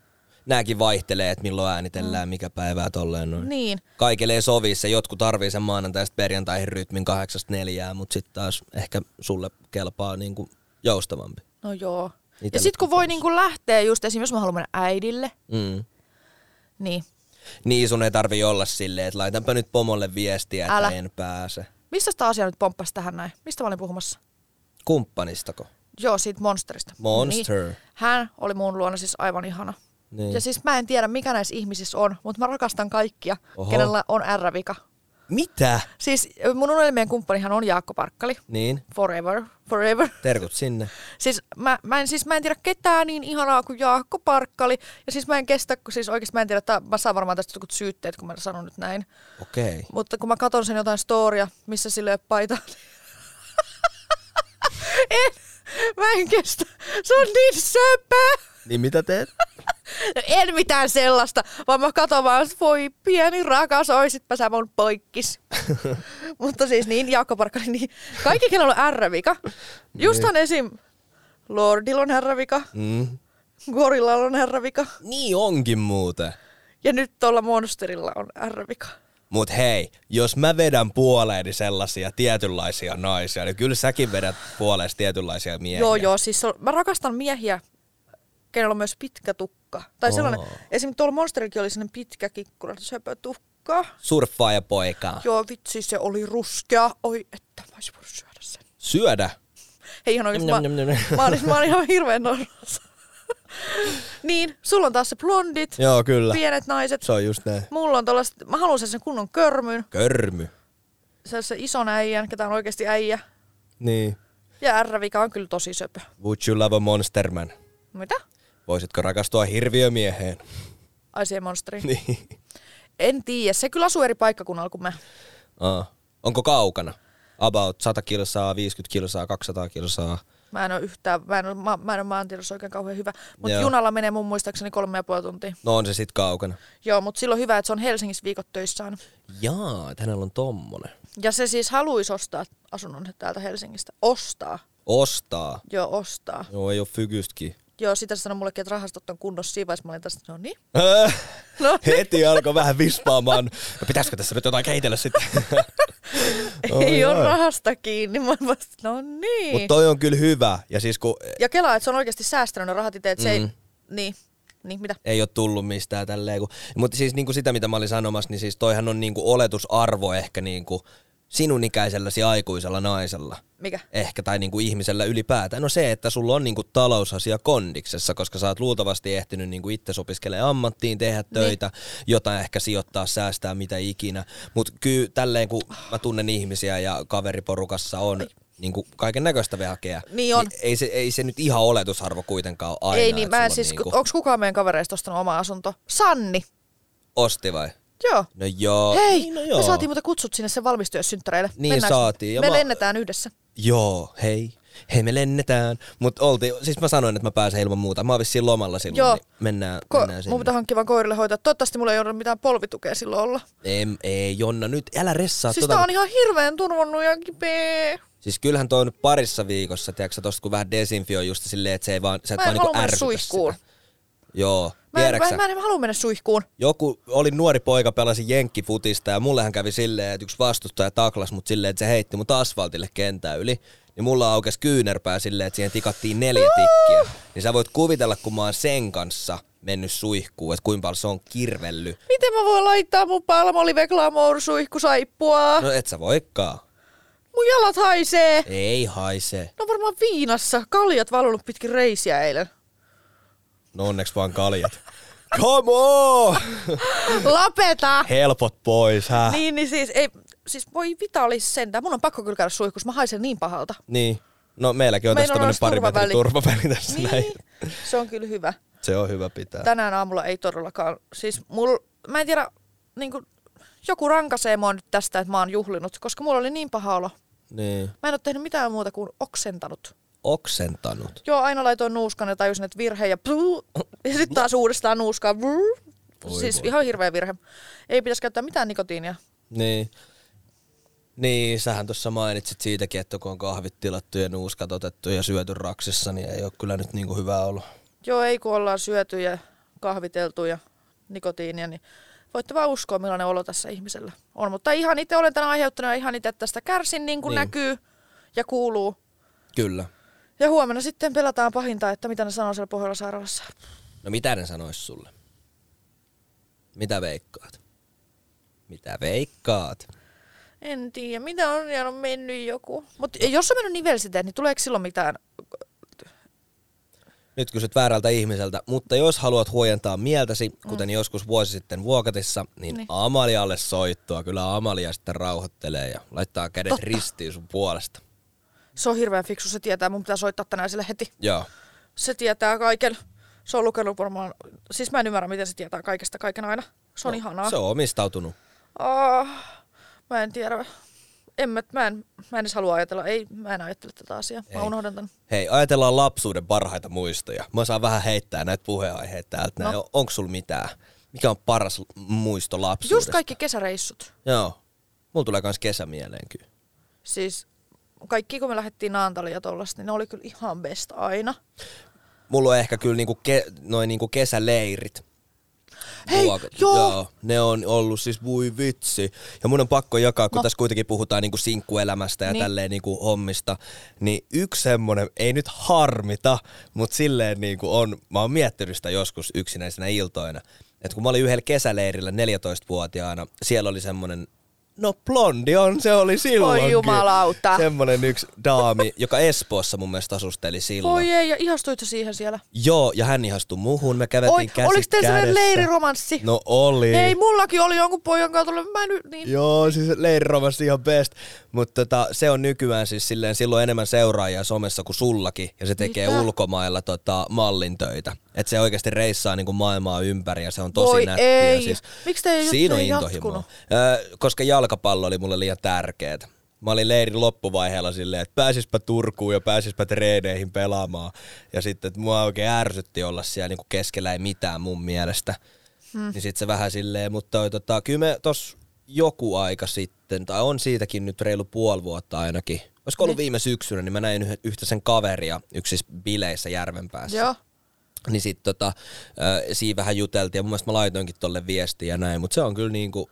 S3: Nääkin vaihtelee, että milloin äänitellään, mikä päivää tolleen noin.
S2: Mm. Niin.
S3: Kaikille ei sovi se, jotkut tarvii sen maanantaista perjantaihin rytmin kahdeksasta neljään, mutta sitten taas ehkä sulle kelpaa niinku joustavampi.
S2: No joo.
S3: Itellä
S2: ja sitten kun voi niinku lähteä just esim. jos mä haluan mennä äidille,
S3: Mm.
S2: niin
S3: Niin sun ei tarvi olla silleen, että laitanpa nyt pomolle viestiä, että Älä.
S2: Älä.
S3: en pääse.
S2: mistä tämä asia nyt pomppasi tähän näin? Mistä mä olin puhumassa?
S3: Kumppanistako?
S2: Joo, siitä Monsterista.
S3: Monster.
S2: Niin. Hän oli mun luona siis aivan ihana.
S3: Niin.
S2: Niin. Ja siis mä en tiedä, mikä näissä ihmisissä on, mutta mä rakastan kaikkia,
S3: Oho.
S2: Oho. kenellä on R-vika.
S3: Mitä?
S2: Siis mun unelmien kumppanihan on Jaakko Parkkali.
S3: Niin,
S2: Forever, forever.
S3: terkut sinne.
S2: Siis mä, mä, en, siis mä en tiedä ketään niin ihanaa kuin Jaakko Parkkali. Ja siis mä en kestä, kun siis oikeasti mä en tiedä, tää, mä saan varmaan tästä jotkut syytteet, kun mä sanon nyt näin.
S3: Okei. Okay.
S2: Mutta kun mä katon sen jotain storia, missä sille paita. niin- en, mä en kestä. Se on niin söpö.
S3: Niin mitä teet?
S2: No En mitään sellaista, vaan mä katon vaan, että voi pieni rakas, oisitpä sä mun poikkis. Mutta siis niin, Jaakko Parkkali, niin kaikki kenellä on R-vika. Justhan esim. Lordilla on R-vika,
S3: Mm.
S2: Gorillalla on R-vika
S3: Niin onkin muuten.
S2: ja nyt tuolla Monsterilla on R-vika.
S3: Mut hei, jos mä vedän puoleeni sellaisia tietynlaisia naisia, niin kyllä säkin vedät puoleesi tietynlaisia miehiä.
S2: Joo, joo, siis se on, mä rakastan miehiä, kenellä on myös pitkä tukka. Tai
S3: Oo.
S2: sellainen, esim. tuolla Monsterillakin oli sellainen pitkä kikkura, söpö tukka.
S3: Surffaaja poikaa.
S2: Joo, vitsi, se oli ruskea. Oi, että mä olisin voinut syödä sen.
S3: Syödä.
S2: Hei ihan oikeesti,
S3: Nom,
S2: mä,
S3: nom, nom, nom.
S2: mä, olin, mä olin ihan hirveän normaassa. niin, sulla on taas se blondit,
S3: Joo, kyllä.
S2: pienet naiset.
S3: Se on just näin.
S2: Mulla on tollaset, mä haluan sen kunnon körmyn,
S3: Körmy.
S2: sellaisen ison äijän, ketä on oikeasti äijä.
S3: Niin.
S2: Ja R-vika on kyllä tosi söpö.
S3: Would you love a monster man?
S2: Mitä?
S3: Voisitko rakastua hirviömieheen?
S2: Ai siihen monsteriin.
S3: Niin.
S2: En tiedä, se kyllä asuu eri paikkakunnalla kuin mä.
S3: Aa. Onko kaukana? About 100 kilsaa, 50 kilsaa, 200 kilsaa.
S2: Mä en ole yhtään, mä en ole, mä, mä en ole maantiedossa oikein kauhean hyvä. Mutta
S3: Joo.
S2: junalla menee mun muistaakseni kolme ja puoli tuntia.
S3: No on se sit kaukana.
S2: Joo, mutta silloin hyvä, että se on Helsingissä viikot töissä aina.
S3: Jaa, että hänellä on tommonen.
S2: Ja se siis haluaisi ostaa asunnon täältä Helsingistä. Ostaa.
S3: Ostaa.
S2: Joo, ostaa.
S3: Joo, ei oo fygystkin.
S2: Joo, sitä se sanoi mullekin, että rahastot on kunnossa siinä vaiheessa. Mä olin tästä, no niin.
S3: No. Heti alkoi vähän vispaamaan. No, pitäisikö tässä nyt jotain kehitellä sitten? Oi,
S2: ei
S3: oi.
S2: ole rahasta kiinni. Mä olin vasta, no
S3: Mutta
S2: niin.
S3: toi on kyllä hyvä. Ja siis kun
S2: Ja kelaa, että se on oikeasti säästänyt ne rahat itse, että se
S3: Mm.
S2: ei... Niin, niin mitä?
S3: ei ole tullut mistään tälleen. Kun, mutta siis niin kuin sitä, mitä mä olin sanomassa, niin siis toihan on niin kuin oletusarvo ehkä niin kuin sinun ikäiselläsi aikuisella naisella.
S2: Mikä?
S3: Ehkä, tai niin kuin ihmisellä ylipäätään. No se, että sulla on niin kuin talousasia kondiksessa, koska sä oot luultavasti ehtinyt niin kuin itse opiskelemaan ammattiin, tehdä töitä, niin. jotain ehkä sijoittaa, säästää, mitä ikinä. Mutta kyllä tälleen, kun mä tunnen ihmisiä ja kaveriporukassa on niin kuin kaiken näköistä vehkeä.
S2: Niin on.
S3: Ei se, ei se nyt ihan oletusarvo kuitenkaan ole aina.
S2: ei niin,
S3: että
S2: mä en
S3: sulla
S2: siis,
S3: niinku-
S2: niinku... onks kukaan meidän kavereista ostanut oma asunto? Sanni.
S3: Osti vai?
S2: Joo.
S3: No joo.
S2: Hei,
S3: no
S2: no me saatiin muuten kutsut sinne sen valmistyössynttäreille.
S3: Niin saatiin, ja
S2: Ja me
S3: mä-
S2: mä... lennetään yhdessä.
S3: Joo, hei. Hei, me lennetään. Mutta oltiin, siis mä sanoin, että mä pääsen ilman muuta. Mä oon vissiin lomalla silloin, joo.
S2: Joo.
S3: niin mennään, Ko-
S2: Ko-
S3: mennään
S2: mun
S3: sinne.
S2: pitää hankkia vaan koirille hoitaa. Toivottavasti mulla ei ole mitään polvitukea silloin olla.
S3: Ei, ei, Jonna, nyt älä ressaa
S2: siis
S3: tota.
S2: tää on ihan hirveän turvonnut ja kipeä.
S3: Siis kyllähän toi on nyt parissa viikossa, tiedätkö tosta kun vähän desinfioi just silleen, että se ei vaan, sä et
S2: Mä
S3: vaan
S2: en halua
S3: niinku
S2: mennä
S3: ärsytä
S2: suihkuun.
S3: sitä. Joo,
S2: Mä en,
S3: tiedätkö
S2: mä,
S3: sä?
S2: en- mä en halua mennä suihkuun.
S3: Joku oli nuori poika, pelasi jenkkifutista ja mullehän kävi silleen, että yksi vastustaja taklas mut silleen, että se heitti mut asfaltille kentän yli. Niin mulla aukesi kyynärpää silleen, että siihen tikattiin neljä tikkiä. Niin sä voit kuvitella, kun mä oon sen kanssa mennyt suihkuun, että kuinka paljon se on kirvellyt.
S2: Miten mä voin laittaa mun palmolive glamour suihkusaippua? No.
S3: No et sä voikaan.
S2: Mun jalat haisee.
S3: Ei haise.
S2: No varmaan viinassa. Kaljat valunut pitkin reisiä eilen.
S3: No onneksi vaan kaljat. Come on!
S2: Lopeta!
S3: Helpot pois, hä?
S2: Niin, niin siis, ei, siis voi vita olisi sentään. Mun on pakko kyllä käydä suihkussa, mä haisen niin pahalta.
S3: Niin. No meilläkin on
S2: Meillä
S3: tässä
S2: on
S3: tämmönen
S2: olemassa
S3: pari metrin turvaväli tässä niin. näin.
S2: Niin, se on kyllä hyvä.
S3: Se on hyvä pitää.
S2: Tänään aamulla ei todellakaan. Siis mul, mä en tiedä, niin kuin, joku rankasee mua nyt tästä, että mä oon juhlinut, koska mulla oli niin paha olo.
S3: niin.
S2: Mä en ole tehnyt mitään muuta kuin oksentanut.
S3: Oksentanut.
S2: Joo, aina laitoin nuuskan ja tajusin, että virhe ja pluu, ja sitten taas uudestaan nuuskaa. Pluu.
S3: Voi
S2: Siis
S3: voi.
S2: ihan hirveä virhe. Ei pitäisi käyttää mitään nikotiinia.
S3: Niin. Niin, sähän tuossa mainitsit siitäkin, että kun on kahvit tilattu ja nuuskat otettu ja syöty raksissa, niin ei ole kyllä nyt niinku hyvä ollut.
S2: Joo, ei kun ollaan syöty ja kahviteltu ja nikotiinia, niin voitte vaan uskoa, millainen olo tässä ihmisellä on. Mutta ihan itse olen tänä aiheuttanut ja ihan itse tästä kärsin, niin kuin
S3: Niin.
S2: niin. näkyy ja kuuluu.
S3: Kyllä.
S2: Ja huomenna sitten pelataan pahinta, että mitä ne sanoo siellä Pohjola-sairaalassa.
S3: No mitä ne sanois sulle? Mitä veikkaat? Mitä veikkaat?
S2: En tiedä, mitä on, ja on mennyt joku. Mutta jos on mennyt nivelsiteen, niin tuleeko silloin mitään?
S3: Nyt kysyt väärältä ihmiseltä, mutta jos haluat huojentaa mieltäsi, kuten mm. joskus vuosi sitten Vuokatissa, niin, niin
S2: Niin.
S3: Amalialle soittoa. Kyllä Amalia sitten rauhoittelee ja laittaa kädet Totta. ristiin sun puolesta.
S2: Se on hirveän fiksu, se tietää, mun pitää soittaa tänään sille heti.
S3: Joo.
S2: Se tietää kaiken. Se on lukenut varmaan, siis mä en ymmärrä, miten se tietää kaikesta kaiken aina. Se on no, ihanaa.
S3: Se on omistautunut.
S2: Oh, mä en tiedä. En, mä, mä, en, mä en edes halua ajatella. Ei, mä en ajattele tätä asiaa. Mä
S3: Ei.
S2: unohdan tämän.
S3: Hei, ajatellaan lapsuuden parhaita muistoja. Mä saan vähän heittää näitä puheenaiheita täältä. No.
S2: No.
S3: Onko sulla mitään? Mikä on paras l- muisto lapsuudesta?
S2: Just kaikki kesäreissut.
S3: Joo. Mulla tulee kans kesä mieleen kyllä.
S2: Siis kaikki, kun me lähdettiin Naantalia ja tollasta, niin ne oli kyllä ihan best aina.
S3: Mulla on ehkä kyllä niinku ke- noin niinku kesäleirit.
S2: Hei, joo.
S3: Ne on ollut siis voi vitsi. Ja mun on pakko jakaa, kun no.
S2: No.
S3: tässä kuitenkin puhutaan niinku sinkkuelämästä ja niin.
S2: Niin.
S3: tälleen niinku hommista. Niin yksi semmonen, ei nyt harmita, mutta silleen niinku on, mä oon miettinyt sitä joskus yksinäisenä iltoina. Et kun mä olin yhdellä kesäleirillä 14-vuotiaana, siellä oli semmonen No blondi on, se oli silloinkin.
S2: jumalauta.
S3: Semmonen yksi daami, joka Espoossa mun mielestä asusteli silloin.
S2: Voi ei, ja ihastuitko siihen siellä?
S3: Joo, ja hän ihastui muuhun, me käveltiin
S2: Oi,
S3: käsi
S2: oliks teillä sellainen
S3: kädessä.
S2: leiriromanssi?
S3: No oli.
S2: Ei, mullakin oli jonkun pojan kanssa tullut. Mä nyt niin.
S3: Joo, siis leiriromanssi ihan best. Mutta tota, se on nykyään siis silleen, silloin enemmän seuraajia somessa kuin sullakin, ja se tekee
S2: Mitä?
S3: ulkomailla tota, mallintöitä. Et se oikeasti reissaa niinku maailmaa ympäri, ja se on tosi
S2: Voi
S3: nättiä.
S2: ei.
S3: Siis,
S2: Miksi teidän juttu
S3: Siinä on
S2: ei
S3: intohimoa.
S2: jatkunut?
S3: Öö, koska jalkapallo oli mulle liian tärkeetä. Mä olin leirin loppuvaiheella silleen, että pääsispä Turkuun ja pääsispä treeneihin pelaamaan. Ja sitten, että mua oikein ärsytti olla siellä niin keskellä ei mitään mun mielestä. Hmm. Niin sitten se vähän silleen, mutta toi, tota, kyllä me tos joku aika sitten, tai on siitäkin nyt reilu puoli vuotta ainakin. Olisiko ollut viime syksynä, niin mä näin yh- yhtä sen kaveria yksissä bileissä Järvenpäässä.
S2: Joo.
S3: Niin sit tota, äh, siinä vähän juteltiin ja mun mielestä mä laitoinkin tolle viestiä ja näin, mutta se on kyllä niinku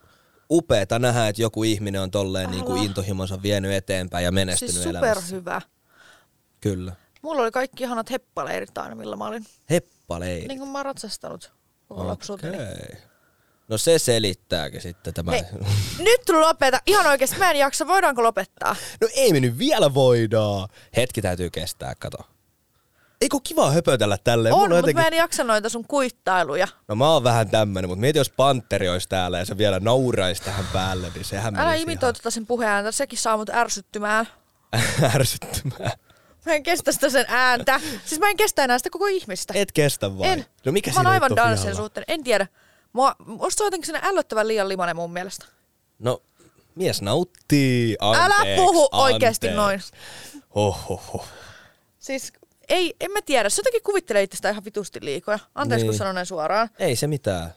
S3: upeeta nähdä, että joku ihminen on tolleen niinku intohimonsa vienyt eteenpäin ja menestynyt
S2: Siis
S3: elämässä.
S2: superhyvä.
S3: Kyllä.
S2: Mulla oli kaikki ihanat heppaleirit aina, millä mä olin.
S3: Heppaleiri.
S2: Niin kuin mä oon ratsastanut koko lapsuuteni.
S3: Okei. No se selittääkin sitten tämä.
S2: Hei, nyt lopeta. Ihan oikeesti, mä en jaksa. Voidaanko lopettaa?
S3: No ei me nyt vielä voidaan. Hetki täytyy kestää, kato. Eikö kiva höpötellä tälleen?
S2: On,
S3: Mulla
S2: mutta
S3: jotenkin-
S2: mä en jaksa noita sun kuittailuja.
S3: No mä oon vähän tämmönen, mutta mieti jos Panteri olisi täällä ja se vielä nauraisi tähän päälle, niin sehän
S2: Älä
S3: menisi
S2: imitoi tota sen puheääntä, sekin saa mut ärsyttymään.
S3: ihan ärsyttämään.
S2: Mä en kestä sitä sen ääntä. Siis mä en kestä enää sitä koko ihmistä.
S3: Et kestä vai?
S2: en.
S3: No mikä
S2: mä oon
S3: siinä nyt
S2: aivan
S3: on
S2: danssien
S3: vialla?
S2: suhteen. En tiedä. Mua, musta se on jotenkin sinne ällöttävän liian limanen mun mielestä.
S3: No, mies nauttii.
S2: Älä
S3: Anteeksi,
S2: puhu
S3: anteeksi.
S2: oikeesti noin.
S3: Hohoho.
S2: Siis ei, en mä tiedä. Se jotenkin kuvittelee itsestä ihan vitusti liikoja. Anteeksi,
S3: Niin.
S2: kun sanon näin suoraan.
S3: Ei se mitään.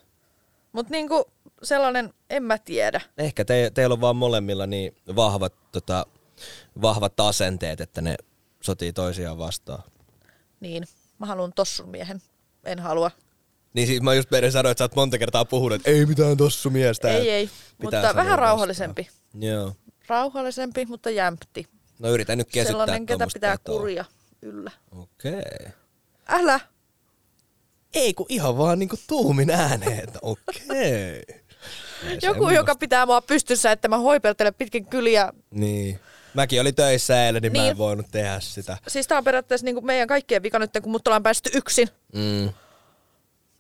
S2: Mut niinku sellainen, en mä tiedä.
S3: Ehkä te, teillä on vaan molemmilla niin vahvat, tota, vahvat asenteet, että ne sotii toisiaan vastaan.
S2: Niin, mä haluan tossun miehen. En halua.
S3: Niin siis mä just meidän sanoin, että sä oot monta kertaa puhunut, että ei mitään tossu miestä.
S2: Ei,
S3: että
S2: ei,
S3: pitää
S2: mutta
S3: sanoa
S2: vähän rauhallisempi.
S3: Vastaan. Joo.
S2: Rauhallisempi, mutta jämpti.
S3: No yritän nyt kesyttää
S2: Sellainen, ketä
S3: tommosta
S2: pitää
S3: vetoa.
S2: kuria yllä.
S3: Okei.
S2: Älä!
S3: Ei kun ihan vaan niinku tuumin ääneen, että okei. Ei
S2: Joku, joka pitää mua pystyssä, että mä hoipeltelen pitkin kyliä.
S3: Niin. Mäkin oli töissä eilen, niin, niin. mä en
S2: Niin.
S3: voinut tehdä sitä.
S2: Siis tää on periaatteessa niinku meidän kaikkien vika nyt, kun mut ollaan päästy yksin.
S3: Mm.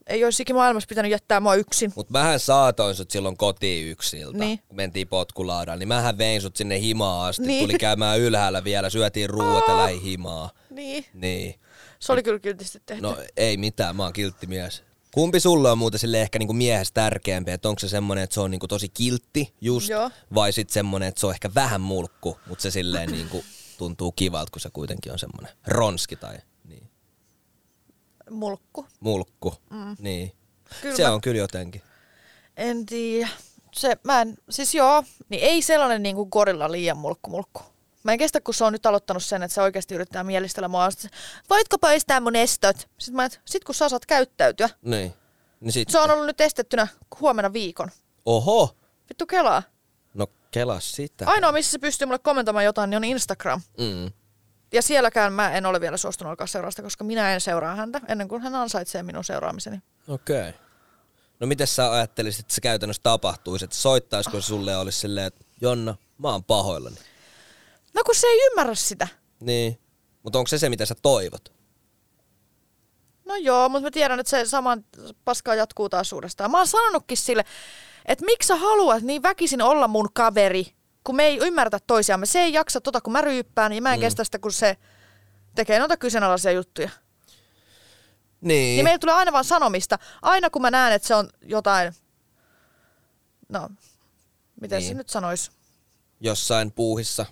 S2: ei olisi ikinä maailmassa pitänyt jättää mua yksin.
S3: Mutta mähän saatoin sut silloin kotiin yksiltä,
S2: Niin.
S3: niin. kun mentiin potkulaudaan, niin mähän vein sut sinne himaan asti.
S2: Niin.
S3: Niin. Tuli käymään ylhäällä vielä, syötiin ruuat ja lähi himaa.
S2: Niin,
S3: Niin.
S2: se oli kyllä kiltisti tehty.
S3: No ei mitään, mä oon kiltti mies. Kumpi sulle on muuten sille ehkä niinku miehestä tärkeämpi, että onko se semmonen, että se on niinku tosi kiltti just,
S2: Joo.
S3: Joo. vai sit semmonen, että se on ehkä vähän mulkku, mutta se silleen niinku tuntuu kivalta, kun se kuitenkin on semmonen ronski tai niin,
S2: Mulkku.
S3: mulkku. Mm. Niin.
S2: Kyllä
S3: se
S2: mä-
S3: on kyllä jotenkin.
S2: En tiedä. Se, mä en, siis joo, niin ei sellainen niin kuin gorilla liian mulkkumulkku. Mä en kestä, kun se on nyt aloittanut sen, että se oikeasti yrittää mielistellä mua. Sitten, Voitko poistaa mun estöt? Sitten mä, et, sit kun sä saat käyttäytyä.
S3: Niin. niin sit,
S2: Se on ollut nyt estettynä huomenna viikon.
S3: Oho!
S2: Vittu kelaa.
S3: No kela sitä.
S2: Ainoa, missä se pystyy mulle kommentoimaan jotain, niin on Instagram.
S3: Mm.
S2: Ja sielläkään mä en ole vielä suostunut alkaa seurausta, koska minä en seuraa häntä ennen kuin hän ansaitsee minun seuraamiseni.
S3: Okei. Okay. No miten sä ajattelisit, että se käytännössä tapahtuisi, että soittaisiko se sulle ja olisi silleen, että Jonna, mä oon pahoillani.
S2: No kun se ei ymmärrä sitä.
S3: Niin. Mutta onko se se, mitä sä toivot?
S2: No joo, mutta mä tiedän, että se sama paska jatkuu taas uudestaan. Mä oon sanonutkin sille, että miksi sä haluat niin väkisin olla mun kaveri, kun me ei ymmärretä toisiamme. Se ei jaksa tota, kun mä ryyppään, ja mä en mm. kestä sitä, kun se tekee noita kyseenalaisia juttuja.
S3: Niin.
S2: Niin meillä tulee aina vaan sanomista. Aina kun mä näen, että se on jotain, no, miten niin. se
S3: Niin.
S2: nyt sanois?
S3: Jossain puuhissa,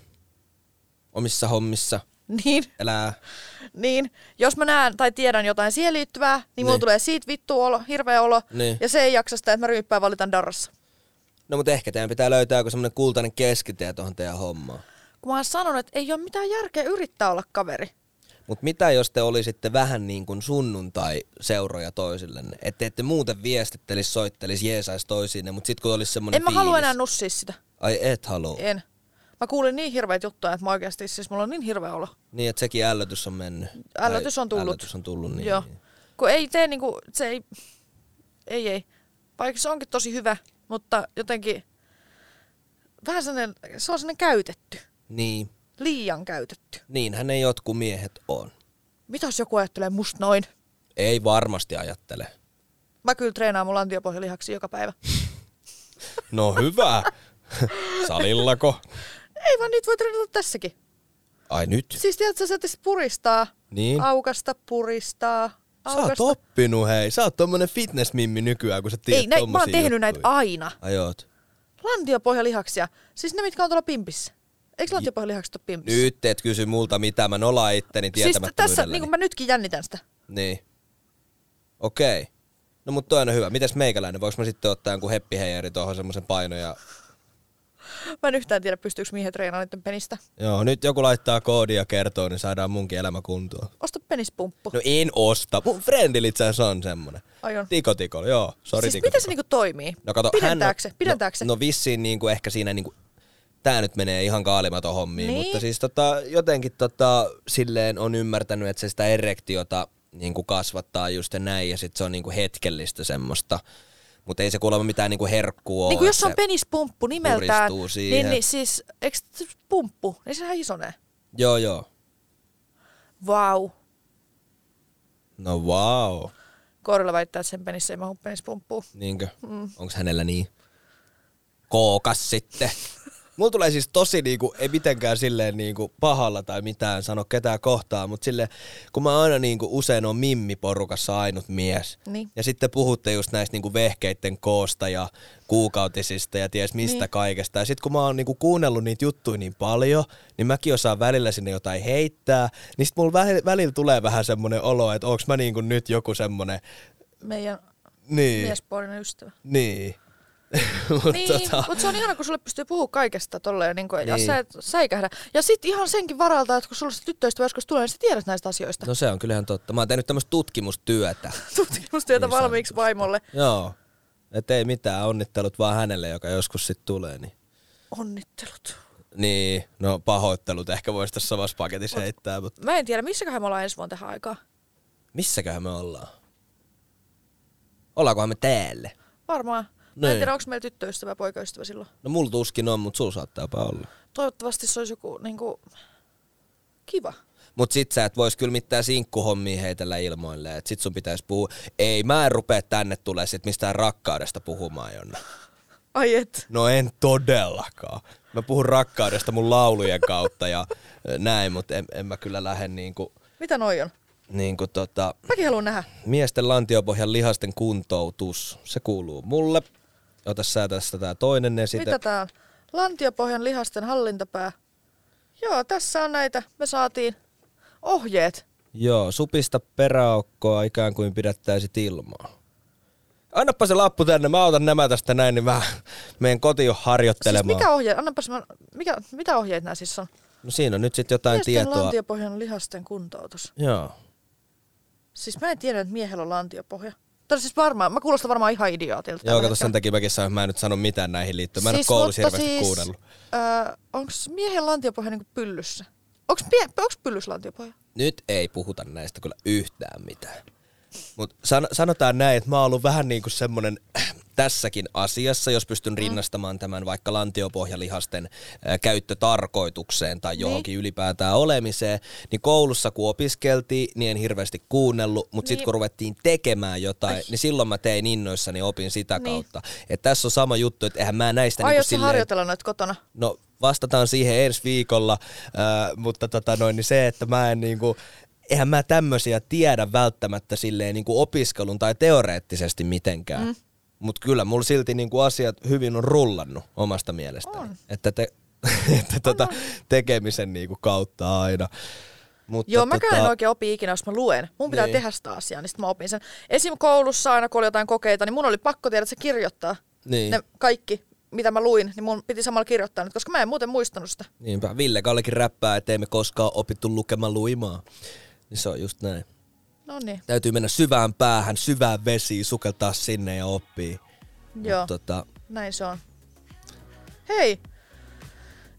S3: omissa hommissa,
S2: Niin,
S3: elää.
S2: niin. Jos mä näen tai tiedän jotain siihen liittyvää, niin, niin. mulla
S3: Niin.
S2: tulee siitä vittu olo, hirveä olo.
S3: Niin.
S2: Ja se ei jaksa sitä, että mä ryyppään valitan darrassa.
S3: No mutta ehkä teidän pitää löytää joku semmonen kultainen keskitie tuohon teidän hommaan.
S2: kun mä oon sanonut, että ei ole mitään järkeä yrittää olla kaveri.
S3: Mutta mitä jos te olisitte vähän niin kuin sunnuntai-seuroja toisillenne? Että ette muuten viestittelisi, soittelisi, jeesaisi toisiinne, mutta sitten kun olisi semmoinen
S2: en mä halua
S3: fiilis- Oh.
S2: enää nussia sitä.
S3: Ai et halua. Et.
S2: En. Mä kuulin niin hirveitä juttuja, että mä oikeasti, siis mulla on niin hirveä olo.
S3: Niin, että sekin ällötys on mennyt.
S2: Ällötys
S3: Tai
S2: on tullut.
S3: Ällötys on tullut, niin.
S2: Joo. Kun ei tee niinku, se ei, ei ei. Vaikka se onkin tosi hyvä, mutta jotenkin vähän sellainen, se on sellainen käytetty.
S3: Niin.
S2: Liian käytetty.
S3: Niinhän ne jotkut miehet on.
S2: Mitä jos joku ajattelee musta noin?
S3: Ei varmasti ajattele.
S2: Mä kyllä treenaan mun lantiopohjalihaksi joka päivä.
S3: No hyvä. Salillako?
S2: Ei vaan niitä voi treenata tässäkin.
S3: Ai nyt?
S2: Siis tiedätkö, sä että puristaa,
S3: Niin.
S2: aukasta puristaa,
S3: Sä oot
S2: aukasta
S3: oppinut hei. Sä oot tommonen fitnessmimmi nykyään, kun sä tiedät
S2: Ei, näin, mä oon
S3: tommosia
S2: tehnyt näitä
S3: juttuja.
S2: aina.
S3: Ai oot.
S2: Lantiopohjalihaksia. Siis ne, mitkä on tuolla pimpissä. Eikö lantiopohjalihakset ole pimpissä?
S3: Nyt et kysy multa mitä, mä nolaan itteni
S2: siis t- tässä,
S3: tietämättömyydelläni.
S2: niin kuin mä nytkin jännitän sitä.
S3: Niin. Okei. No mut toi on hyvä. Mitäs meikäläinen? Voinko mä sitten ottaa jonkun heppiheijäri tuohon semmosen paino ja...
S2: Mä en yhtään tiedä, pystyykö miehet treenaamaan niiden penistä.
S3: Joo, nyt joku laittaa koodia ja kertoo, niin saadaan munkin elämä kuntoon.
S2: Osta penispumppu.
S3: No en osta. Mun friendillä itse asiassa on semmonen.
S2: Ai on.
S3: Tiko tikolla, joo. Sori
S2: No. siis
S3: tiko,
S2: miten
S3: tiko.
S2: se niinku toimii?
S3: No kato,
S2: pidentääkö
S3: hän
S2: se?
S3: on,
S2: Pidentääkö se?
S3: no, no vissiin niinku ehkä siinä niinku, tää nyt menee ihan kaalimaton hommiin,
S2: Niin.
S3: niin. mutta siis tota, jotenkin tota, silleen on ymmärtänyt, että se sitä erektiota niinku kasvattaa just ja näin ja sit se on niinku hetkellistä semmoista. Mutta ei se kuulemma mitään niinku herkkua
S2: niin kuin
S3: oo,
S2: jos
S3: että
S2: on penispumppu nimeltään,
S3: puristuu siihen.
S2: niin, niin, siis, eikö se pumppu, niin sehän isonee.
S3: Joo, joo.
S2: Vau. Wow.
S3: No wow.
S2: Koirilla väittää, että sen penis ei mahu penispumppuun.
S3: Niinkö? Mm. Onks hänellä niin? Kookas sitten. Mulla tulee siis tosi niinku, ei mitenkään silleen niinku pahalla tai mitään sano ketään kohtaan, mutta sille kun mä aina niinku usein on mimmiporukassa ainut mies.
S2: Niin.
S3: Ja sitten puhutte just näistä niinku vehkeitten koosta ja kuukautisista ja ties mistä
S2: Niin.
S3: niin. kaikesta. Ja sitten kun mä oon niinku kuunnellut niitä juttuja niin paljon, niin mäkin osaan välillä sinne jotain heittää. Niin sit mulla väli- välillä tulee vähän semmonen olo, että onks mä niinku nyt joku semmonen,
S2: Meidän
S3: niin.
S2: miespuolinen ystävä.
S3: Niin. Mut
S2: Niin,
S3: tota,
S2: mutta se on ihana, kun sulle pystyy puhua kaikesta tolleen, niin kuin, ja
S3: Niin.
S2: sä et säikähdä. Ja sit ihan senkin varalta, että kun sulla se tyttöystävä joskus tulee, niin sä tiedät näistä asioista. No.
S3: no se on kyllähän totta. Mä oon tehnyt tämmöistä tutkimustyötä.
S2: Tutkimustyötä
S3: Niin
S2: valmiiksi vaimolle.
S3: Joo. Et ei mitään, onnittelut vaan hänelle, joka joskus sit tulee. Niin,
S2: Onnittelut.
S3: niin no pahoittelut ehkä voisi tässä samassa paketissa heittää, mutta
S2: Mä en tiedä, missäköhän me ollaan ensi vuonna tähän aikaan.
S3: missäköhän me ollaan? Ollaankohan me täällä?
S2: Varmaan. Mä en
S3: Niin.
S2: tiedä, onko meillä tyttöystävä poikaystävä silloin.
S3: No mulla tuskin on, mutta sulla saattaa olla.
S2: Toivottavasti se olisi joku niin kuin, kiva.
S3: Mut sit sä et vois kyllä mitään sinkkuhommia heitellä ilmoille. Et sit sun pitäisi puhua, ei mä en rupea tänne tulee sit mistään rakkaudesta puhumaan jonne.
S2: Ai et.
S3: No en todellakaan. Mä puhun rakkaudesta mun laulujen kautta ja näin, mutta en, en mä kyllä lähde niinku,
S2: Mitä noi on?
S3: niinku tota,
S2: Mäkin haluan nähdä.
S3: miesten lantiopohjan lihasten kuntoutus. Se kuuluu mulle. Ota sä tästä tää toinen esite.
S2: Mitä tää on? Lantiopohjan lihasten hallintapää. Joo, tässä on näitä. Me saatiin ohjeet.
S3: Joo, supista peräaukkoa ikään kuin pidättäisit ilmaa. Annapa se lappu tänne, mä otan nämä tästä näin, niin mä menen kotiin
S2: Siis
S3: harjoittelemaan.
S2: mikä ohjeet? Annapas mä, mikä, mitä ohjeet nämä siis on?
S3: No siinä on nyt sitten jotain tietoa.
S2: lantiopohjan lihasten kuntoutus.
S3: Joo.
S2: Siis mä en tiedä, että miehellä on lantiopohja. Tai siis varmaan, mä kuulostan varmaan ihan idiootilta.
S3: Joo,
S2: tällä
S3: kato sen
S2: hetkellä.
S3: takia mäkin sanoin, että mä en nyt sano mitään näihin liittyen. Mä en siis, ole koulussa
S2: mutta
S3: hirveästi siis... kuunnellut.
S2: Öö, onks miehen lantiopohja niinku pyllyssä? Onks, mie, onks pyllyssä lantiopohja?
S3: Nyt ei puhuta näistä kyllä yhtään mitään. Mutta san- sanotaan näin, että mä oon ollut vähän niin kuin semmonen tässäkin asiassa, jos pystyn rinnastamaan tämän vaikka lantiopohjalihasten äh, käyttötarkoitukseen tai johonkin niin. ylipäätään olemiseen, niin koulussa kun opiskeltiin, niin en hirveästi kuunnellut, mutta niin. sitten
S2: Niin.
S3: kun ruvettiin tekemään jotain, niin silloin mä tein innoissani opin sitä niin.
S2: Niin.
S3: kautta. Et tässä on sama juttu, että eihän mä näistä
S2: Ai,
S3: niinku
S2: jos sä
S3: silleen
S2: harjoitella noita kotona?
S3: No vastataan siihen ensi viikolla, äh, mutta tota noin, niin se, että mä en niinku, eihän mä tämmöisiä tiedä välttämättä silleen niinku opiskelun tai teoreettisesti mitenkään. Mm. Mutta kyllä mulla silti niinku asiat hyvin on rullannut omasta mielestäni.
S2: On.
S3: Että, te, että tota, tekemisen niinku kautta aina. Mutta
S2: Joo,
S3: tota,
S2: mä en oikein opi ikinä, jos mä luen. Mun pitää
S3: Niin.
S2: tehdä sitä asiaa, niin sit mä opin sen. Esim. koulussa aina, kun oli jotain kokeita, niin mun oli pakko tiedä, että se kirjoittaa.
S3: Niin.
S2: Ne kaikki, mitä mä luin, niin mun piti samalla kirjoittaa nyt, koska mä en muuten muistanut sitä.
S3: Niinpä, Ville Kallekin räppää, että ei me koskaan opittu lukemaan luimaa. Niin se on just näin.
S2: No niin,
S3: Täytyy mennä syvään päähän, syvään vesiin, sukeltaa sinne ja oppii.
S2: joo,
S3: Mut Tota,
S2: näin se on. Hei,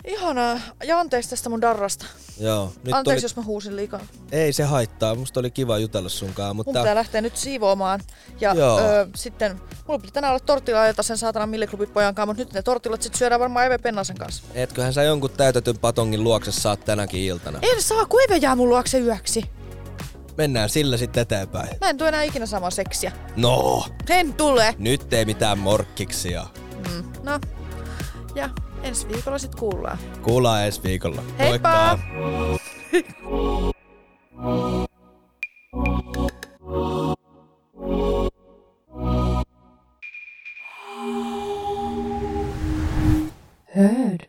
S2: ihanaa. Ja anteeksi tästä mun darrasta.
S3: joo. Nyt
S2: anteeksi,
S3: tuli...
S2: jos mä huusin liikaa.
S3: Ei se haittaa, musta oli kiva jutella
S2: Mun
S3: sunkaan, mutta
S2: pitää lähteä nyt siivoamaan. Ja
S3: Joo.
S2: öö, sitten mulla piti tänään olla tortilaita sen saatanan milliklubin kanssa, mutta nyt ne tortilat sit syödään varmaan Eve Pennasen kanssa.
S3: etköhän sä jonkun täytetyn patongin luokse saat tänäkin iltana.
S2: En saa, kun Eve jää mun luokse yöksi.
S3: Mennään sillä sitten eteenpäin.
S2: Mä en tule enää ikinä samaa seksiä.
S3: No,
S2: En tule.
S3: nyt ei mitään morkkiksia.
S2: Mm. No, ja ensi viikolla sit kuullaan.
S3: Kuullaan ensi viikolla.
S2: Heippa!
S3: Moikka!
S1: Heard.